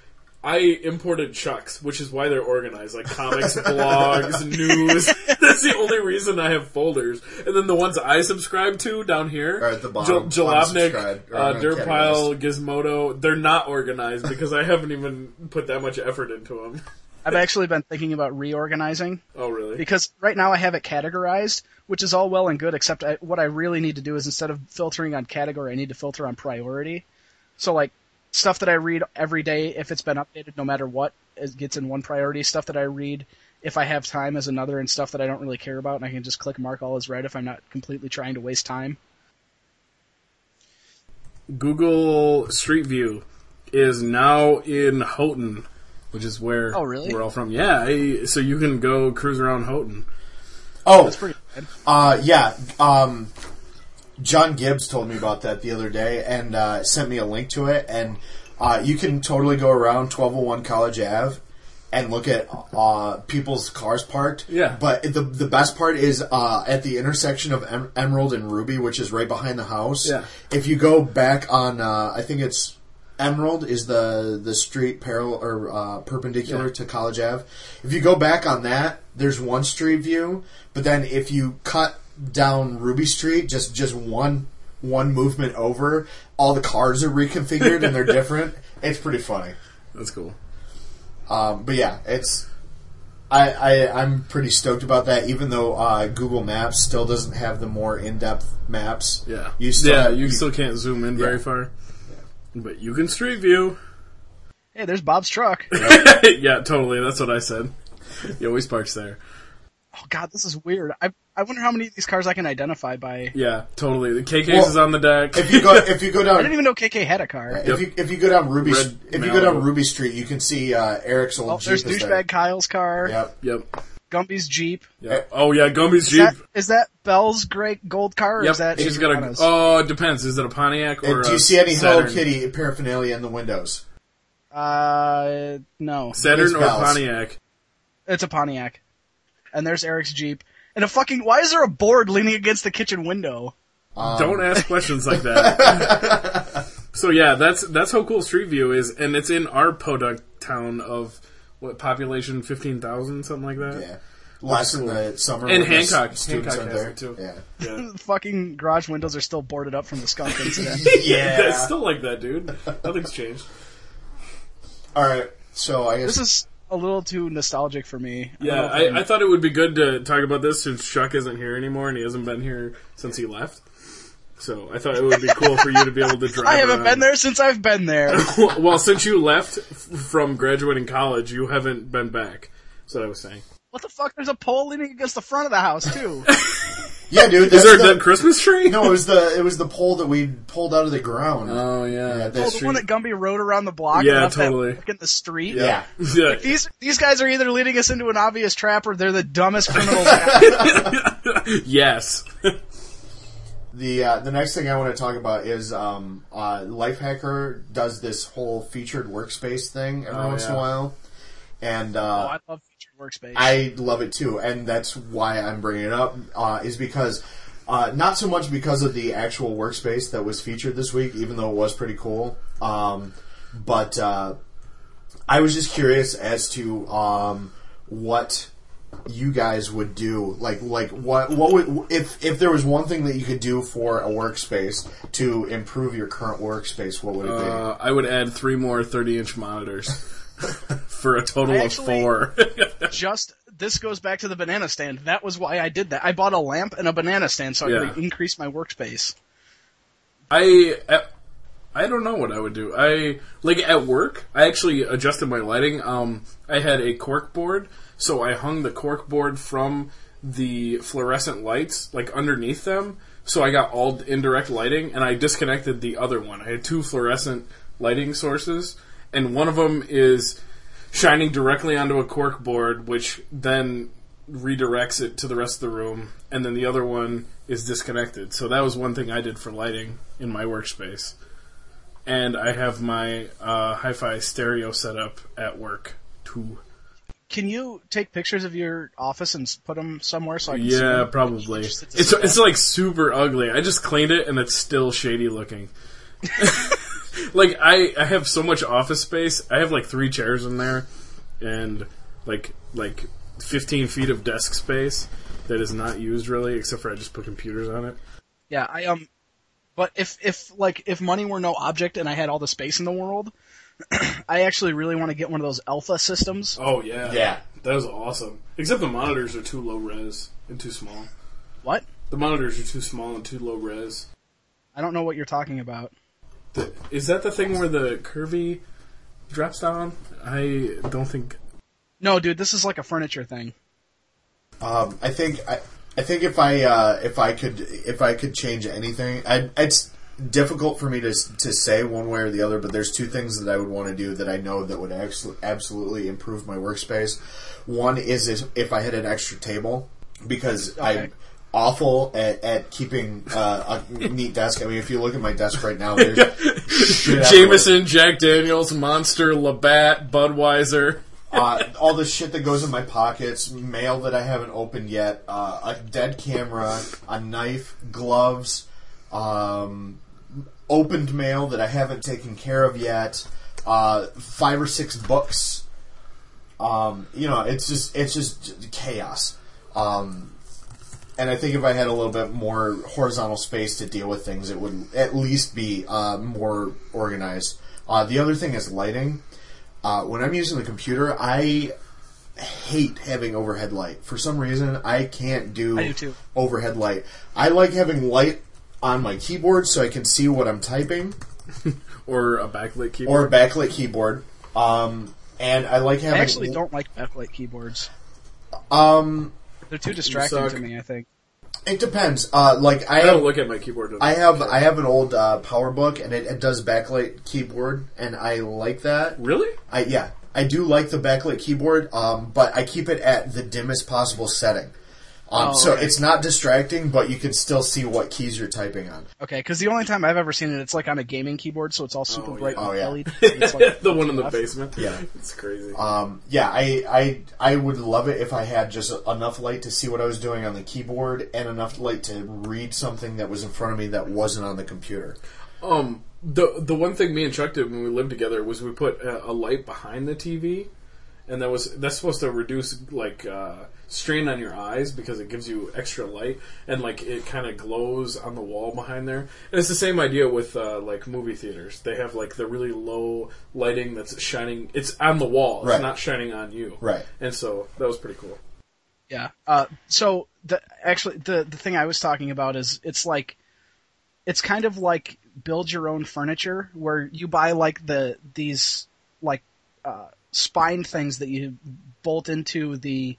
S2: I imported Chucks, which is why they're organized, like comics, blogs, news. That's the only reason I have folders. And then the ones I subscribe to down here,
S1: Are at the bottom,
S2: Jel- Jalopnik,
S1: unsubscribe, or
S2: uh,
S1: not
S2: Derpile, Gizmodo, they're not organized because I haven't even put that much effort into them.
S3: I've actually been thinking about reorganizing
S2: Oh, really?
S3: because right now I have it categorized, which is all well and good. Except I, what I really need to do is instead of filtering on category, I need to filter on priority. So like stuff that I read every day, if it's been updated, no matter what, it gets in one priority. Stuff that I read if I have time is another, and stuff that I don't really care about, and I can just click mark all as read if I'm not completely trying to waste time.
S2: Google Street View is now in Houghton, which is where
S3: Oh, really?
S2: we're all from. Yeah, I, so you can go cruise around Houghton.
S1: oh,
S3: That's pretty good.
S1: Uh, yeah. Um, John Gibbs told me about that the other day and uh, sent me a link to it. And uh, you can totally go around 1201 College Ave and look at uh, people's cars parked.
S2: Yeah.
S1: But the the best part is uh, at the intersection of em- Emerald and Ruby, which is right behind the house.
S2: Yeah.
S1: If you go back on, uh, I think it's Emerald is the the street parallel or uh, perpendicular
S2: Yeah.
S1: to College Ave. If you go back on that, there's one street view, but then if you cut down Ruby Street, just just one one movement over, all the cars are reconfigured and they're different. It's pretty funny.
S2: That's cool.
S1: Um, but yeah, it's I, I I'm pretty stoked about that. Even though uh, Google Maps still doesn't have the more in depth maps.
S2: Yeah.
S1: you still
S2: yeah, you, still can't zoom in very
S1: Yeah.
S2: far. But you can street view.
S3: Hey, there's Bob's truck.
S2: yeah, totally. That's what I said. He always parks there.
S3: Oh God, this is weird. I I wonder how many of these cars I can identify by.
S2: Yeah, totally. The KK's
S1: Well,
S2: is on the deck.
S1: If you go if you go
S3: I didn't
S1: down.
S3: even know KK had a car.
S2: Yep.
S1: If you, if you go down Ruby
S2: Red
S1: if you go down
S2: Malibu.
S1: Ruby Street, you can see uh, Eric's old
S3: Oh,
S1: Jeep.
S3: there's
S1: is
S3: douchebag
S1: there.
S3: Kyle's car.
S1: Yep.
S2: yep.
S3: Gumby's Jeep.
S2: Yep. Oh yeah, Gumby's
S3: Is
S2: Jeep.
S3: that, is that Bell's great gold car? Or
S2: yep.
S3: is that
S2: She's got a.
S3: Giovanna's?
S2: Oh, it depends. Is it a Pontiac or
S1: And do
S2: a
S1: you see any
S2: Saturn?
S1: Hello Kitty paraphernalia in the windows?
S3: Uh, no,
S2: Saturn
S1: It's
S2: or
S1: Bell's.
S2: Pontiac?
S3: it's a Pontiac. And there's Eric's Jeep. And a fucking why is there a board leaning against the kitchen window?
S2: Don't ask questions like that. so yeah, that's that's how cool Street View is, and it's in our Podunk town of what population fifteen thousand something like that.
S1: Yeah. Last in the summer.
S2: And
S1: when the
S2: Hancock-
S1: students
S2: Hancock
S1: are
S2: has
S1: there.
S2: it too.
S1: Yeah.
S3: The fucking garage windows are still boarded up from the skunk incident.
S1: Yeah.
S2: It's still like that, dude. Nothing's changed.
S1: All right. So I guess
S3: this is a little too nostalgic for me. I
S2: Yeah,
S3: don't know if
S2: I, I thought it would be good to talk about this since Chuck isn't here anymore, and he hasn't been here since he left. So I thought it would be cool for you to be able to drive.
S3: I haven't
S2: around.
S3: been there since I've been there.
S2: Well, well, since you left f- from graduating college, you haven't been back. That's what I was saying.
S3: what the fuck? There's a pole leaning against the front of the house too.
S1: yeah, dude.
S2: Is
S1: That's
S2: there a
S1: the,
S2: dead Christmas tree?
S1: no, it was the it was the pole that we pulled out of the ground.
S2: Oh
S1: That
S2: yeah.
S3: Oh, the
S1: street-
S3: one that Gumby rode around the block.
S2: Yeah,
S3: and left that
S2: totally.
S3: book in the street.
S1: yeah.
S2: Yeah.
S3: These these guys are either leading us into an obvious trap or they're the dumbest criminals. ever.
S2: yes.
S1: The uh, the next thing I want to talk about is um, uh, Lifehacker does this whole featured workspace thing every
S2: Oh,
S1: once in
S2: yeah.
S1: a while, and
S3: oh,
S1: uh,
S3: I love featured workspace.
S1: I love it too, and that's why I'm bringing it up uh, is because. Uh, not so much because of the actual workspace that was featured this week, even though it was pretty cool. Um, but uh, I was just curious as to um, what you guys would do like like what what would if if there was one thing that you could do for a workspace to improve your current workspace what would it be
S2: Uh, I would add three more 30 inch monitors for a total
S3: I
S2: of
S3: actually-
S2: four.
S3: just this goes back to the banana stand. That was why I did that. I bought a lamp and a banana stand so I
S2: Yeah.
S3: could increase my workspace.
S2: I I don't know what I would do. I like at work. I actually adjusted my lighting. Um, I had a cork board, so I hung the cork board from the fluorescent lights like underneath them. So I got all indirect lighting, and I disconnected the other one. I had two fluorescent lighting sources, and one of them is shining directly onto a cork board, which then redirects it to the rest of the room, and then the other one is disconnected. So that was one thing I did for lighting in my workspace. And I have my uh, hi fi stereo set up at work too.
S3: Can you take pictures of your office and s- put them somewhere so I can see
S2: Yeah,
S3: them?
S2: probably.
S3: Just- it's a-
S2: It's it's like super ugly. I just cleaned it and it's still shady looking. like I I have so much office space. I have like three chairs in there and like like 15 feet of desk space that is not used really except for I just put computers on it.
S3: Yeah, I um but if if like if money were no object and I had all the space in the world, I actually really want to get one of those alpha systems.
S2: Oh yeah.
S1: Yeah.
S2: That was awesome. Except the monitors are too low res and too small.
S3: What?
S2: The monitors are too small and too low res.
S3: I don't know what you're talking about.
S2: The- Is that the thing where the curvy drops down? I don't think
S3: No, dude, this is like a furniture thing.
S1: um, i think i I think if I uh, if I could if I could change anything, I, it's difficult for me to s- to say one way or the other. But there's two things that I would want to do that I know that would actually absolutely improve my workspace. One is is if I had an extra table because I'm awful at, at keeping uh, a neat desk. I mean, if you look at my desk right now, there's shit everywhere.
S2: Jameson, Jack Daniels, Monster, Labatt, Budweiser.
S1: uh, all the shit that goes in my pockets, mail that I haven't opened yet, uh, a dead camera, a knife, gloves, um, opened mail that I haven't taken care of yet, uh, five or six books. Um, you know, it's just it's just chaos. Um, and I think if I had a little bit more horizontal space to deal with things, it would at least be uh, more organized. Uh, the other thing is lighting. Uh, when I'm using the computer, I hate having overhead light. For some reason, I can't do,
S3: I do too.
S1: overhead light. I like having light on my keyboard so I can see what I'm typing,
S2: or a backlit keyboard.
S1: or a backlit keyboard. Um, and I like
S3: I
S1: having
S3: actually
S2: Oh.
S3: don't like backlight keyboards.
S1: Um,
S3: They're too distracting
S2: suck.
S3: to me. I think.
S1: it depends. Uh, like I
S2: I
S1: have
S2: don't look at my keyboard.
S1: I have I have an old uh, PowerBook and it, it does backlit keyboard and I like that.
S2: really.
S1: I yeah I do like the backlit keyboard, um, but I keep it at the dimmest possible setting, um,
S3: Oh,
S1: so
S3: okay.
S1: it's not distracting, but you can still see what keys you're typing on.
S3: Okay, because the only time I've ever seen it, it's like on a gaming keyboard, so it's all super
S2: yeah.
S3: bright
S1: Oh,
S3: and
S1: yeah.
S3: LED. It's like,
S2: the one in the
S3: Left.
S2: basement.
S1: Yeah.
S2: it's crazy.
S1: Um, yeah, I, I I would love it if I had just enough light to see what I was doing on the keyboard and enough light to read something that was in front of me that wasn't on the computer.
S2: Um, the the one thing me and Chuck did when we lived together was we put a, a light behind the TV, and that was that's supposed to reduce like uh, strain on your eyes because it gives you extra light and like it kind of glows on the wall behind there. And it's the same idea with uh, like movie theaters. They have like the really low lighting that's shining. It's on the wall. It's
S1: Right.
S2: not shining on you.
S1: Right.
S2: And so that was pretty cool.
S3: yeah. Uh, so the actually the the thing I was talking about is it's like it's kind of like build your own furniture where you buy like the these like uh, spine things that you bolt into the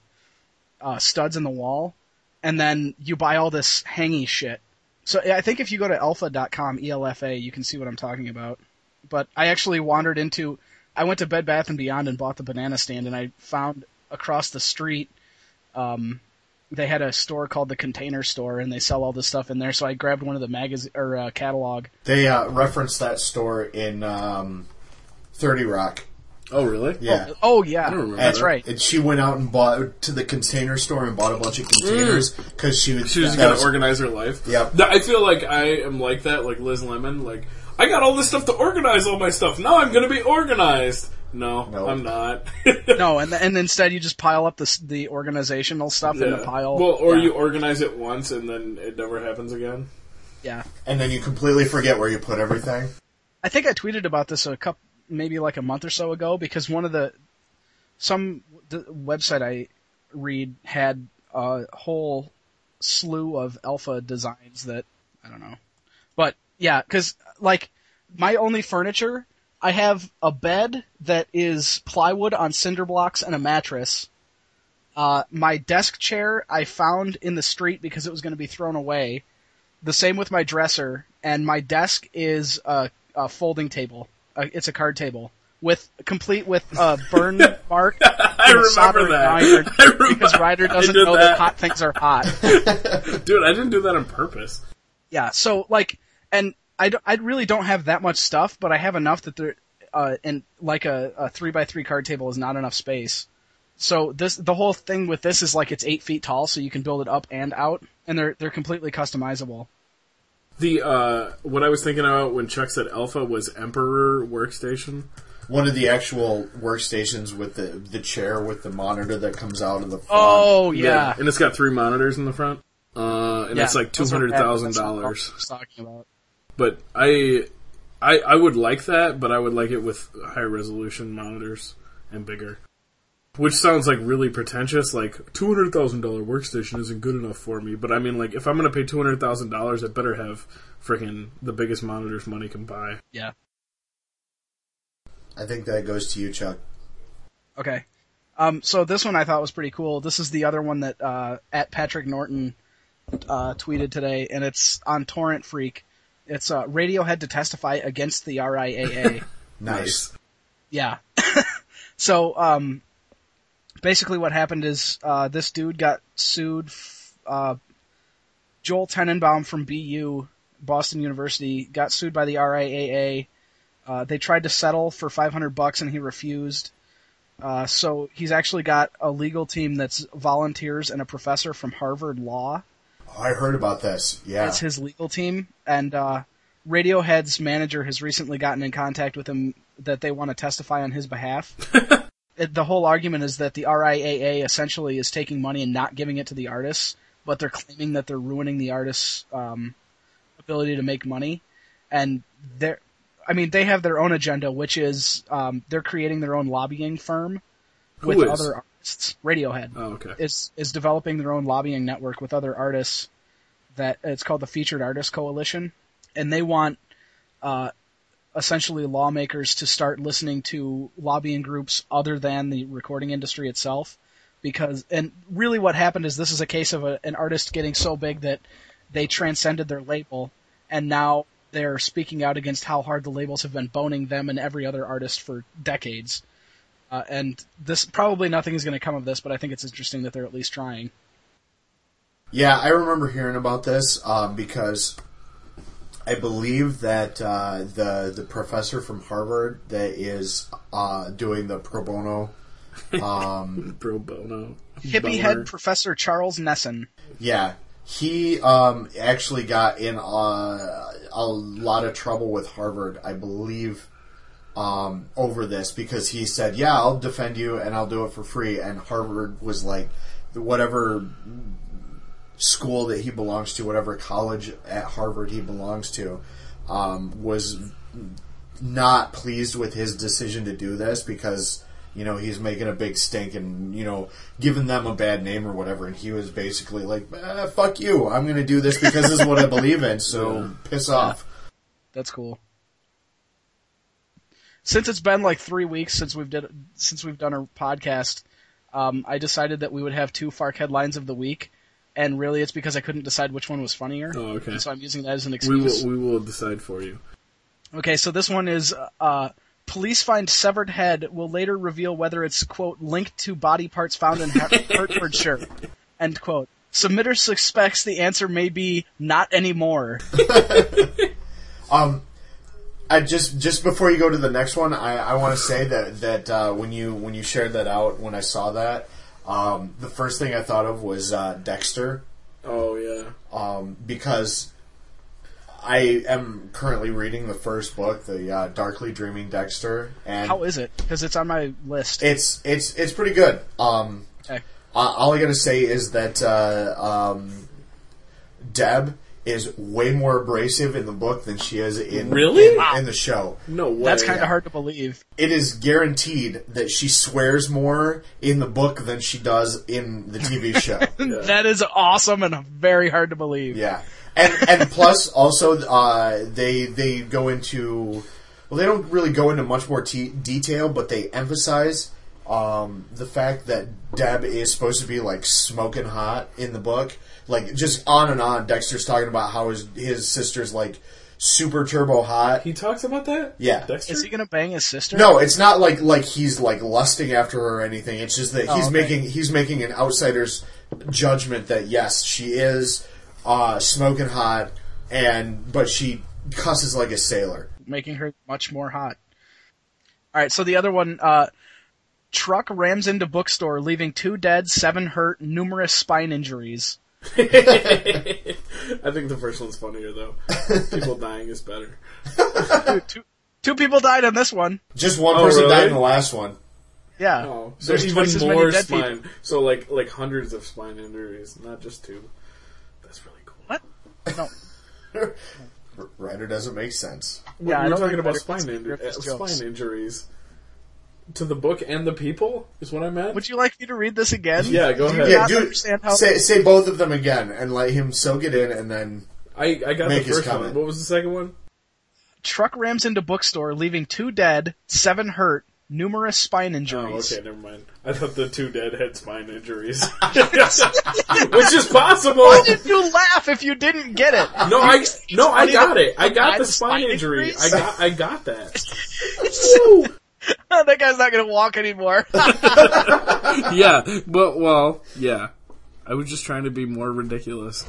S3: uh, studs in the wall, and then you buy all this hangy shit. So I think if you go to alpha.com, ELFA, you can see what I'm talking about. But I actually wandered into, I went to Bed Bath and Beyond and bought the banana stand, and I found across the street, um, they had a store called the Container Store, and they sell all this stuff in there. So I grabbed one of the magazine or uh, catalog.
S1: They uh, referenced that store in um, Thirty Rock.
S2: Oh really?
S1: Yeah.
S3: Oh yeah,
S2: don't remember
S3: that's
S2: that.
S3: right.
S1: And she went out and bought to the container store and bought a bunch of containers because she was
S2: She was
S1: that
S2: gonna
S1: was-
S2: organize her life.
S1: Yep.
S2: Th- I feel like I am like that, like Liz Lemon. Like I got all this stuff to organize all my stuff. Now I'm gonna be organized. No,
S1: No.
S2: I'm not.
S3: No, and and instead you just pile up the s- the organizational stuff in the
S2: Yeah.
S3: pile.
S2: Well, or
S3: yeah,
S2: you organize it once and then it never happens again.
S3: yeah.
S1: and then you completely forget where you put everything.
S3: I think I tweeted about this a couple, maybe like a month or so ago, because one of the some the website I read had a whole slew of alpha designs that I don't know, but yeah, because like my only furniture, I have a bed that is plywood on cinder blocks and a mattress. Uh, my desk chair I found in the street because it was going to be thrown away. The same with my dresser, and my desk is a, a folding table. Uh, it's a card table with complete with a burn mark. I
S2: remember that. I remember-
S3: because Ryder
S2: I
S3: doesn't
S2: did
S3: know
S2: that.
S3: that hot things are hot.
S2: Dude, I didn't do that on purpose.
S3: yeah so like and I, d- I really don't have that much stuff but i have enough that there uh and like a, a three by three card table is not enough space so this the whole thing with this is like it's eight feet tall so you can build it up and out and they're they're completely customizable
S2: The uh, what I was thinking about when Chuck said Alpha was Emperor Workstation.
S1: One of the actual workstations with the the chair with the monitor that comes out of the front.
S3: oh yeah,
S2: and it's got three monitors in the front. Uh, and it's like two hundred thousand dollars.
S3: talking about
S2: but I, I I would like that, but I would like it with high resolution monitors and bigger. Which sounds like really pretentious. Like two hundred thousand dollar workstation isn't good enough for me. But I mean, like if I'm gonna pay two hundred thousand dollars, I better have freaking the biggest monitors money can buy.
S3: yeah
S1: I think that goes to you, Chuck.
S3: Okay. Um, so this one I thought was pretty cool. This is the other one that uh, at Patrick Norton uh, tweeted today, and it's on Torrent Freak. It's uh, Radiohead to testify against the RIAA.
S1: Nice.
S3: yeah. so um, basically, what happened is uh, this dude got sued. F- uh, Joel Tenenbaum from BU, Boston University, got sued by the RIAA. Uh, they tried to settle for 500 bucks, and he refused. Uh, so he's actually got a legal team that's volunteers and a professor from Harvard Law.
S1: I heard about this. Yeah.
S3: That's his legal team, and uh, Radiohead's manager has recently gotten in contact with him that they want to testify on his behalf. It- the whole argument is that the RIAA essentially is taking money and not giving it to the artists, but they're claiming that they're ruining the artists' um, ability to make money, and they're. I mean, they have their own agenda, which is um, they're creating their own lobbying firm
S2: Who
S3: with
S2: is?
S3: other artists. Radiohead
S2: Oh, okay.
S3: is is developing their own lobbying network with other artists that it's called the Featured Artist Coalition, and they want uh, essentially lawmakers to start listening to lobbying groups other than the recording industry itself, because and really what happened is this is a case of a, an artist getting so big that they transcended their label and now they're speaking out against how hard the labels have been boning them and every other artist for decades. Uh, and this probably nothing is going to come of this, but I think it's interesting that they're at least trying.
S1: Yeah, I remember hearing about this um, because I believe that uh, the the professor from Harvard that is uh, doing the pro bono. Um,
S2: Bro Bono.
S3: Hippie
S2: Boner.
S3: head professor Charles Nesson.
S1: yeah, he um, actually got in uh, a lot of trouble with Harvard, I believe, um, over this because he said, "Yeah, I'll defend you and I'll do it for free," and Harvard was like, "Whatever school that he belongs to, whatever college at Harvard he belongs to, um, was not pleased with his decision to do this because you know he's making a big stink and you know giving them a bad name or whatever. And he was basically like, eh, "Fuck you! I'm going to do this because this is what I believe in. So piss off."
S3: That's cool. Since it's been like three weeks since we've did since we've done a podcast, um, I decided that we would have two FARC headlines of the week, and really it's because I couldn't decide which one was funnier,
S2: Oh, okay.
S3: and so I'm using that as an
S2: We
S3: excuse.
S2: will, we will decide for you.
S3: Okay, so this one is uh, police find severed head will later reveal whether it's quote linked to body parts found in Her- Hertfordshire end quote. Submitter suspects the answer may be not anymore.
S1: I just just before you go to the next one, I, I want to say that that uh, when you when you shared that out, when I saw that, um, the first thing I thought of was uh, Dexter
S2: Oh, yeah.
S1: um, because I am currently reading the first book, the uh, Darkly Dreaming Dexter, and
S3: How is it? Because it's on my list.
S1: it's it's it's pretty good. Um,
S3: Okay.
S1: uh, all I gotta say is that uh, um, Deb is way more abrasive in the book than she is in
S2: Really?
S1: in, in the show.
S2: No way.
S3: That's kind of hard to believe.
S1: It is guaranteed that she swears more in the book than she does in the TV show.
S3: That is awesome and very hard to believe.
S1: Yeah, and and plus also uh, they they go into well they don't really go into much more te- detail, but they emphasize um, the fact that Deb is supposed to be like smoking hot in the book, like just on and on. Dexter's talking about how his his sister's like super turbo hot.
S2: He talks about that?
S1: Yeah.
S2: Dexter?
S3: Is he gonna bang his sister?
S1: No, it's not like like he's like lusting after her or anything. It's just that he's
S3: okay.
S1: making he's making an outsider's judgment that yes, she is uh, smoking hot, and but she cusses like a sailor.
S3: making her much more hot. All right, so the other one, uh, truck rams into bookstore, leaving two dead, seven hurt, numerous spine injuries.
S2: I think the first one's funnier, though. People dying is better.
S3: Dude, two, two people died on this one.
S1: Just one
S2: Oh,
S1: person died
S2: really?
S1: in the last one.
S3: Yeah,
S2: Oh, so
S3: there's
S2: even
S3: twice as
S2: more
S3: many dead
S2: spine.
S3: people.
S2: So, like, like hundreds of spine injuries, not just two. That's really cool.
S3: What? No,
S1: R- Ryder doesn't make sense.
S2: We-
S3: Yeah,
S2: we
S3: I
S2: were
S3: don't
S2: talking
S3: think
S2: about
S3: that it's
S2: spine, inju-
S3: Griffith's
S2: uh,
S3: jokes.
S2: spine injuries. To the book and the people is what I meant.
S3: would you like me to read this again?
S2: yeah, go ahead.
S1: Yeah,
S3: not
S1: dude,
S3: understand how-
S1: say say both of them again and let him soak it in, and then
S2: I, I got
S1: Make
S2: the
S1: his
S2: first one.
S1: comment.
S2: What was the second one?
S3: Truck rams into bookstore, leaving two dead, seven hurt, numerous spine
S2: Oh,
S3: injuries.
S2: okay, never mind. I thought the two dead had spine injuries, which is possible.
S3: Why did you laugh if you didn't get it?
S2: No, I no, I got it. I got
S3: Had
S2: the spine
S3: spine
S2: injury. I
S3: injuries?
S2: got I got that.
S3: that guy's not gonna walk anymore.
S2: yeah, but well, yeah. I was just trying to be more ridiculous.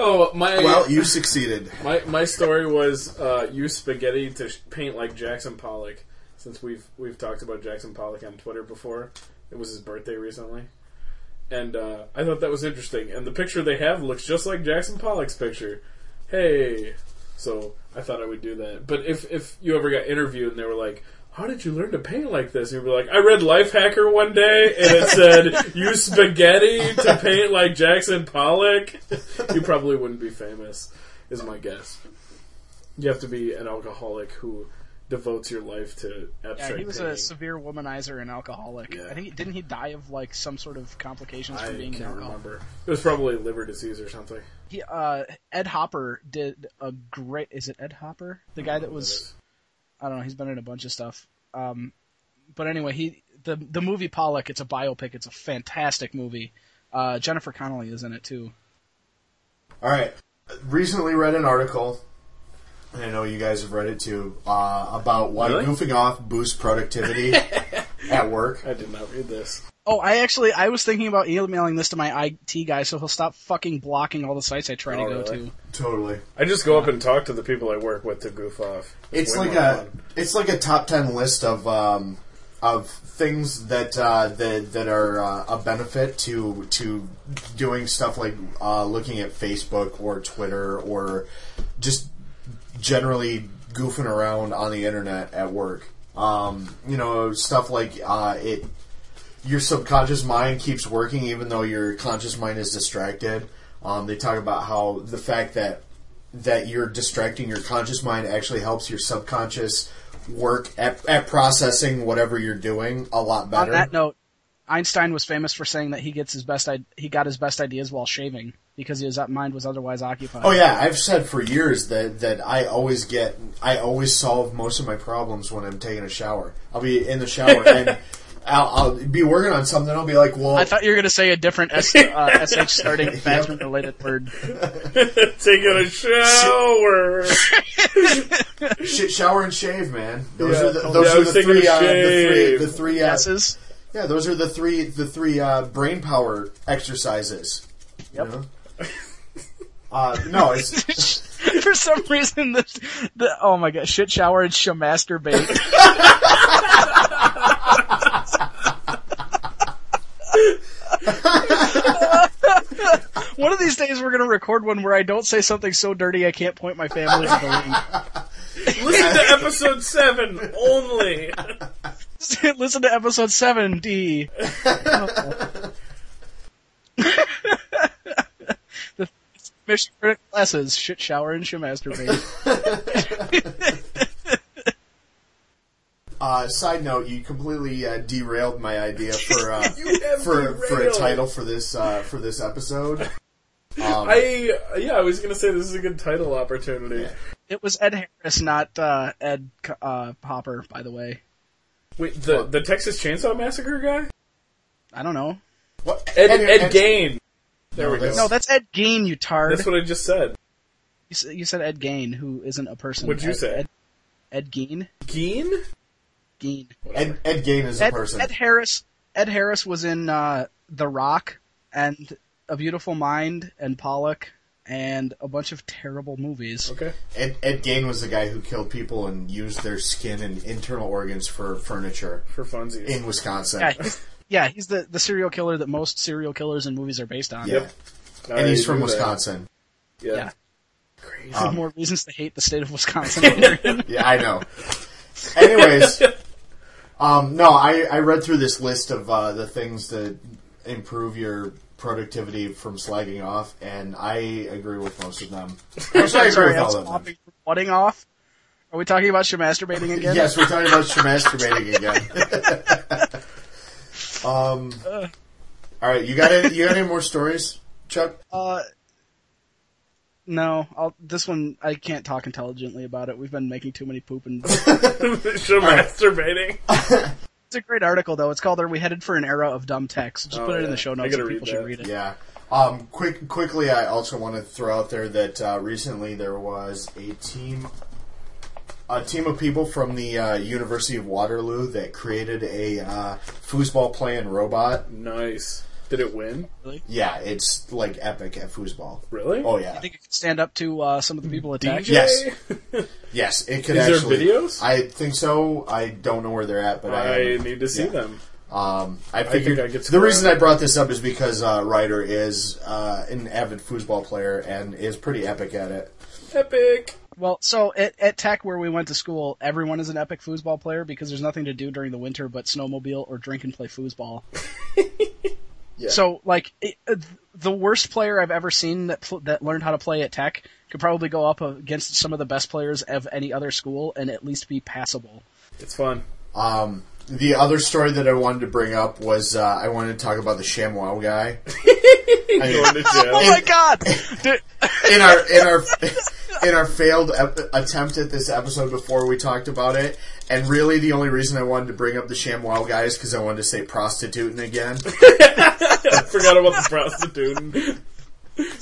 S2: Oh my!
S1: well, you succeeded.
S2: My my story was uh, use spaghetti to sh- paint like Jackson Pollock. since we've we've talked about Jackson Pollock on Twitter before. It was his birthday recently, and uh, I thought that was interesting. And the picture they have looks just like Jackson Pollock's picture. Hey, so I thought I would do that. But if if you ever got interviewed and they were like. How did you learn to paint like this? And you'd be like, I read Life Hacker one day, and it said, use spaghetti to paint like Jackson Pollock. You probably wouldn't be famous, is my guess. You have to be an alcoholic who devotes your life to abstract
S3: Yeah, he was
S2: painting.
S3: a severe womanizer and alcoholic.
S2: Yeah.
S3: I think didn't he die of like some sort of complications
S2: I
S3: from being an
S2: can't
S3: alcoholic?
S2: remember. It was probably liver disease or something.
S3: He, uh, Ed Hopper did a great. Is it Ed Hopper? The guy that was. I don't know. He's been in a bunch of stuff. Um, but anyway, he the the movie Pollock. It's a biopic. It's a fantastic movie. Uh, Jennifer Connelly is in it too.
S1: All right. Recently read an article, and I know you guys have read it too, uh, about why
S2: Really?
S1: goofing off boosts productivity at work.
S2: I did not read this.
S3: Oh, I actually I was thinking about emailing this to my IT guy so he'll stop fucking blocking all the sites I try
S2: Oh,
S3: to go
S2: really?
S3: to.
S1: Totally.
S2: I just go up and talk to the people I work with to goof off.
S1: It's
S2: way
S1: like
S2: more
S1: a
S2: fun.
S1: it's like a top ten list of um, of things that uh, that that are uh, a benefit to to doing stuff like uh, looking at Facebook or Twitter or just generally goofing around on the internet at work. Um, you know, stuff like uh, it your subconscious mind keeps working even though your conscious mind is distracted. Um, they talk about how the fact that that you're distracting your conscious mind actually helps your subconscious work at, at processing whatever you're doing a lot
S3: On
S1: better.
S3: that note, Einstein was famous for saying that he gets his best I- he got his best ideas while shaving because his uh, mind was otherwise occupied.
S1: Oh yeah, I've said for years that that I always get, I always solve most of my problems when I'm taking a shower. I'll be in the shower and I'll, I'll be working on something. I'll be like, well,
S3: I thought you were going to say a different S- uh, SH starting bathroom related word.
S2: taking a shower.
S1: shit, shower and shave, man. Those
S2: Yeah,
S1: are the,
S2: totally.
S1: those
S2: Yeah, I
S1: are
S2: was
S1: the
S2: thinking
S1: three, uh, the three,
S2: shave.
S1: the three, uh,
S3: Guesses?
S1: yeah, those are the three, the three uh, brain power exercises. You
S3: Yep.
S1: know? uh, no, it's
S3: For some reason, this, the, oh my god, shit shower and shamasturbate. one of these days we're gonna record one where I don't say something so dirty I can't point my family to the
S2: Listen to episode seven only.
S3: link. Listen to episode 7D. the mission critical classes, shit shower and shamasturbate.
S1: Uh, side note, you completely uh, derailed my idea for uh,
S2: have
S1: for for a
S2: derailed.
S1: title for this uh, for this episode. Um,
S2: I yeah, I was gonna say this is a good title opportunity.
S1: Yeah.
S3: It was Ed Harris, not uh, Ed uh, Hopper, by the way.
S2: Wait, the the Texas Chainsaw Massacre guy,
S3: I don't know.
S1: what-
S2: Ed Ed,
S1: and- and-
S2: Gain. There
S1: No,
S2: we go.
S1: that's-
S3: No, that's Ed Gain, you tard.
S2: That's what I just said.
S3: You s- you said Ed Gain, who isn't a person.
S2: What'd you
S3: Ed-
S2: say?
S3: Ed, Ed Gein?
S2: Gein?
S3: Gein.
S1: Ed, Ed Gain is a
S3: Ed,
S1: person.
S3: Ed Harris. Ed Harris was in uh, The Rock and A Beautiful Mind and Pollock and a bunch of terrible movies.
S2: Okay.
S1: Ed, Ed Gain was the guy who killed people and used their skin and internal organs for furniture
S2: For funsies.
S1: in Wisconsin.
S3: Yeah, he's, yeah, he's the, the serial killer that most serial killers in movies are based on.
S1: Yeah.
S2: Yep.
S1: and he's
S2: I
S1: from
S2: knew that.
S1: Wisconsin.
S2: Yeah.
S3: Yeah.
S2: Crazy.
S3: For more reasons to hate the state of Wisconsin.
S1: Yeah, I know. Anyways, um, no, I, I read through this list of uh, the things that improve your productivity from slagging off, and I agree with most of them. Actually, I agree
S3: Sorry,
S1: with
S3: I was
S1: all of them.
S3: popping- Whatting off? Are we talking about masturbating again?
S1: Yes, we're talking about masturbating again. um, all right, you got any, you got any more stories, Chuck?
S3: Uh, no, I'll, this one I can't talk intelligently about it. We've been making too many poop, and it's
S2: Show masturbating.
S3: a great article though. It's called "Are We Headed for an Era of Dumb Text?" Just
S2: Oh,
S3: put it in
S2: yeah.
S3: the show
S2: I
S3: notes.
S2: gotta
S3: and
S2: read
S3: people
S2: that.
S3: should read it.
S1: Yeah. Um, quick, quickly, I also want to throw out there that uh, recently there was a team, a team of people from the uh, University of Waterloo that created a uh, foosball playing robot.
S2: Nice. Did it win?
S3: Really?
S1: Yeah, it's like epic at foosball.
S2: Really?
S1: Oh
S3: I
S1: yeah,
S3: think it could stand up to uh, some of the people attacked.
S2: DJ?
S3: it.
S1: Yes. yes, it could.
S2: Is there
S1: actually,
S2: videos?
S1: I think so. I don't know where they're at, but I,
S2: I need to see
S1: Yeah.
S2: them.
S1: Um, I
S2: think
S1: figured
S2: I could
S1: the
S2: score
S1: reason
S2: on
S1: I brought this up is because uh, Ryder is uh, an avid foosball player and is pretty epic at it.
S2: Epic.
S3: Well, so at, at Tech where we went to school, everyone is an epic foosball player because there's nothing to do during the winter but snowmobile or drink and play foosball. So like it, uh, the worst player I've ever seen that pl- that learned how to play at Tech could probably go up against some of the best players of any other school and at least be passable.
S2: It's fun.
S1: Um, the other story that I wanted to bring up was uh, I wanted to talk about the ShamWow guy. I mean,
S2: Going to jail.
S3: Oh my god! Dude,
S1: in our in our in our failed ep- attempt at this episode before we talked about it. And really, the only reason I wanted to bring up the ShamWow guy is because I wanted to say prostituting again.
S2: I forgot about the prostitute.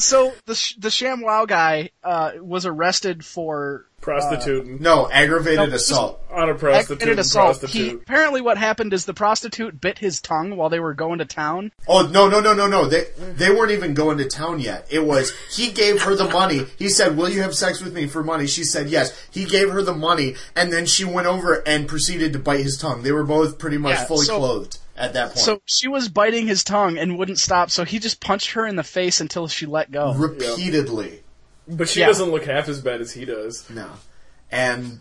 S3: so the sh- the Sham Wow guy uh, was arrested for
S2: Prostituting.
S1: No, aggravated assault.
S2: on a prostitute.
S3: aggravated
S2: and
S3: Uh, assault. He,
S2: Prostitute.
S3: apparently, what happened is the prostitute bit his tongue while they were going to town.
S1: Oh no no no no no! They they weren't even going to town yet. It was he gave her the money. He said, "Will you have sex with me for money?" She said, "Yes." He gave her the money, and then she went over and proceeded to bite his tongue. They were both pretty much
S3: Yeah,
S1: fully
S3: so-
S1: clothed at that point.
S3: So she was biting his tongue and wouldn't stop. So he just punched her in the face until she let go.
S1: repeatedly,
S2: But she
S3: Yeah.
S2: doesn't look half as bad as he does.
S1: no, and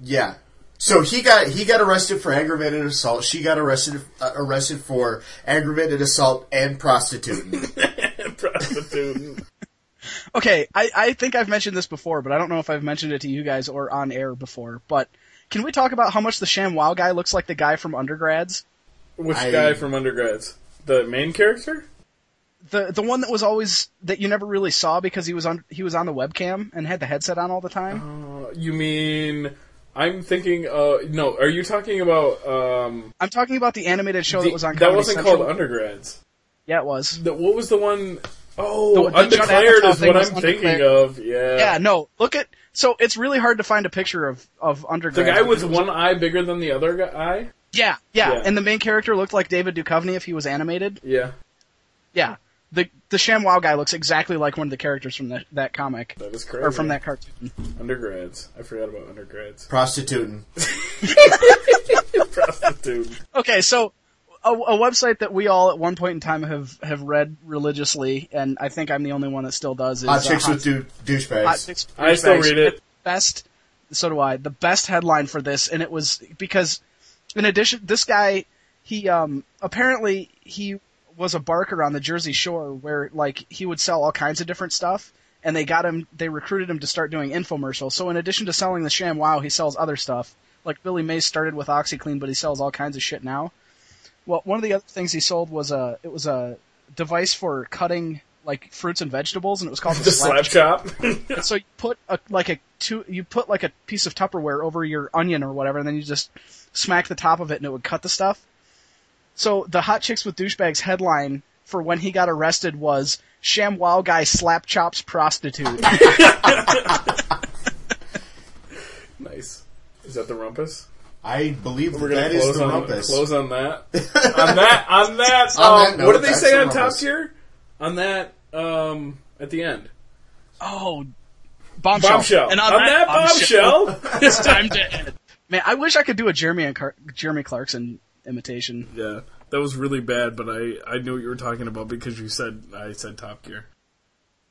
S1: yeah. So he got he got arrested for aggravated assault. She got arrested uh, arrested for aggravated assault and prostituting.
S2: prostituting.
S3: Okay, I, I think I've mentioned this before, but I don't know if I've mentioned it to you guys or on air before. But can we talk about how much the Sham Wow guy looks like the guy from undergrads?
S2: Which
S1: I-
S2: guy from undergrads? The main character?
S3: The the one that was always that you never really saw because he was on he was on the webcam and had the headset on all the
S2: Uh-huh.
S3: time.
S2: Uh, You mean I'm thinking uh no, are you talking about um
S3: I'm talking about the animated show
S2: the-
S3: that Oh, was on
S2: that
S3: Comedy
S2: wasn't
S3: Central.
S2: called undergrads.
S3: yeah, it was.
S2: The, what was the one Oh,
S3: The- the Judd
S2: undeclared
S3: Apatow
S2: is
S3: thing
S2: what
S3: was
S2: I'm thinking
S3: Undeclared.
S2: of. Yeah.
S3: Yeah, no. Look at so it's really hard to find a picture of of
S2: The
S3: undergrad.
S2: guy with one eye bigger than the other gu- eye?
S3: yeah, yeah,
S2: Yeah.
S3: and the main character looked like David Duchovny if he was animated.
S2: Yeah.
S3: Yeah, the the ShamWow guy looks exactly like one of the characters from that that comic
S2: That is correct.
S3: or from that cartoon.
S2: undergrads. I forgot about undergrads.
S1: prostituting.
S2: Prostitute.
S3: Okay, so a, a website that we all at one point in time have have read religiously, and I think I'm the only one that still does is
S1: Hot
S3: uh,
S1: chicks
S3: Hot-
S1: with dou- douchebags.
S3: Hot Chicks with
S2: I still
S3: Douchebags.
S2: read it.
S3: Best. So do I. The best headline for this, and it was because, in addition, this guy, he um apparently he was a barker on the Jersey Shore, where like he would sell all kinds of different stuff, and they got him, they recruited him to start doing infomercials. So in addition to selling the Sham Wow, he sells other stuff. Like Billy Mays started with OxyClean, but he sells all kinds of shit now. Well, one of the other things he sold was a it was a device for cutting like fruits and vegetables, and it was called
S2: The slap chop.
S3: so you put a, like a two, you put like a piece of Tupperware over your onion or whatever, and then you just smack the top of it, and it would cut the stuff. So the hot chicks with douchebags headline for when he got arrested was "Sham Wow Guy Slap Chops Prostitute."
S2: nice. Is that the rumpus?
S1: I believe
S2: We're
S1: that,
S2: gonna
S1: that
S2: close
S1: is the
S2: on
S1: rumpus.
S2: close on that. on that on that
S1: On
S2: um,
S1: that note,
S2: what did they
S1: that's
S2: say
S1: the
S2: on top
S1: rumpus.
S2: tier? On that um at the end.
S3: oh, bombshell!
S2: Bombshell.
S3: And on,
S2: that, bombshell,
S3: it's time to end. Man, I wish I could do a Jeremy and Car- Jeremy Clarkson imitation.
S2: Yeah. That was really bad, but I, I knew what you were talking about because you said I said Top Gear.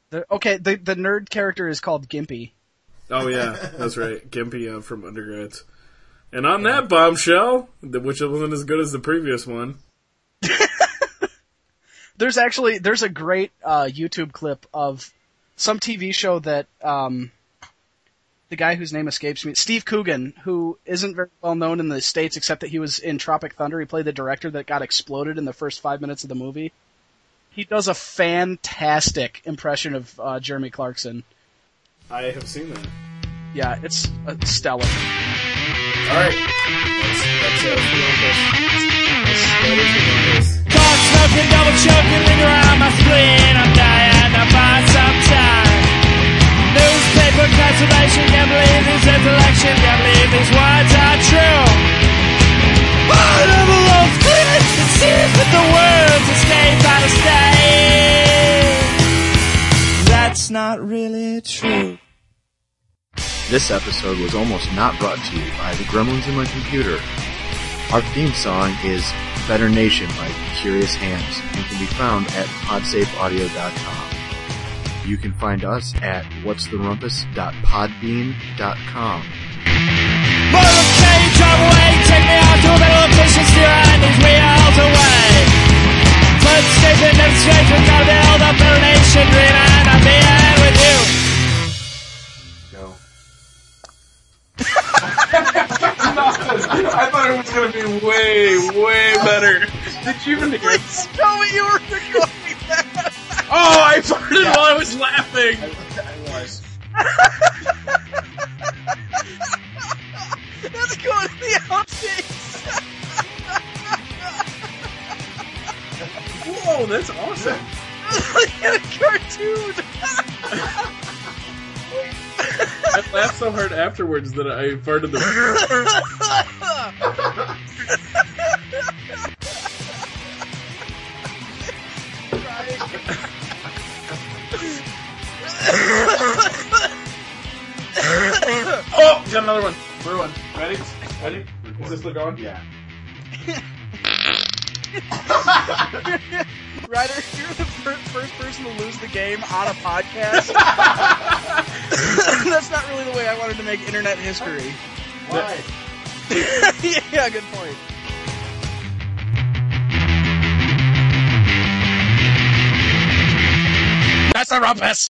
S3: The, okay, the the nerd character is called Gimpy.
S2: Oh yeah, that's right. Gimpy uh, from undergrads. And on that bombshell, th- which wasn't as good as the previous one,
S3: there's actually there's a great uh, YouTube clip of some TV show that um, the guy whose name escapes me, Steve Coogan, who isn't very well known in the states except that he was in Tropic Thunder. He played the director that got exploded in the first five minutes of the movie. He does a fantastic impression of uh, Jeremy Clarkson.
S2: I have seen that.
S3: Yeah, it's uh, stellar.
S1: All right. That's, that's it.
S4: Caught smoking, double choking, linger on my spleen. I'm dying, I buy some time. Newspaper conservation, can't believe these intellection, can't believe these words are true. Oh, the world's good, it seems that the words escape out of sight.
S5: This episode was almost not brought to you by the gremlins in my computer. Our theme song is Better Nation by Curious Hands and can be found at podsafeaudio.com. You can find us at whatstherumpus.podbean.com.
S4: Motor cane, drive away, take me out to a better location, steering these wheels away. Put states in every state, we gotta build a better nation, dream, and I'm being with you.
S1: No.
S2: I thought it was gonna be way, way better. Did you even hear? it?
S3: Please tell me you were recording that.
S2: Oh, I farted while I was laughing.
S1: I was.
S3: That's going to the outtakes.
S2: Whoa, that's awesome.
S3: Look at a cartoon.
S2: I laughed so hard afterwards that I farted the. Oh, got another one. Another one. Ready? Ready? Is this the going?
S1: Yeah.
S3: Ryder, you're the fir- first person to lose the game on a podcast. That's not really the way I wanted to make internet history.
S1: Why?
S3: yeah, good point. That's a rumpus!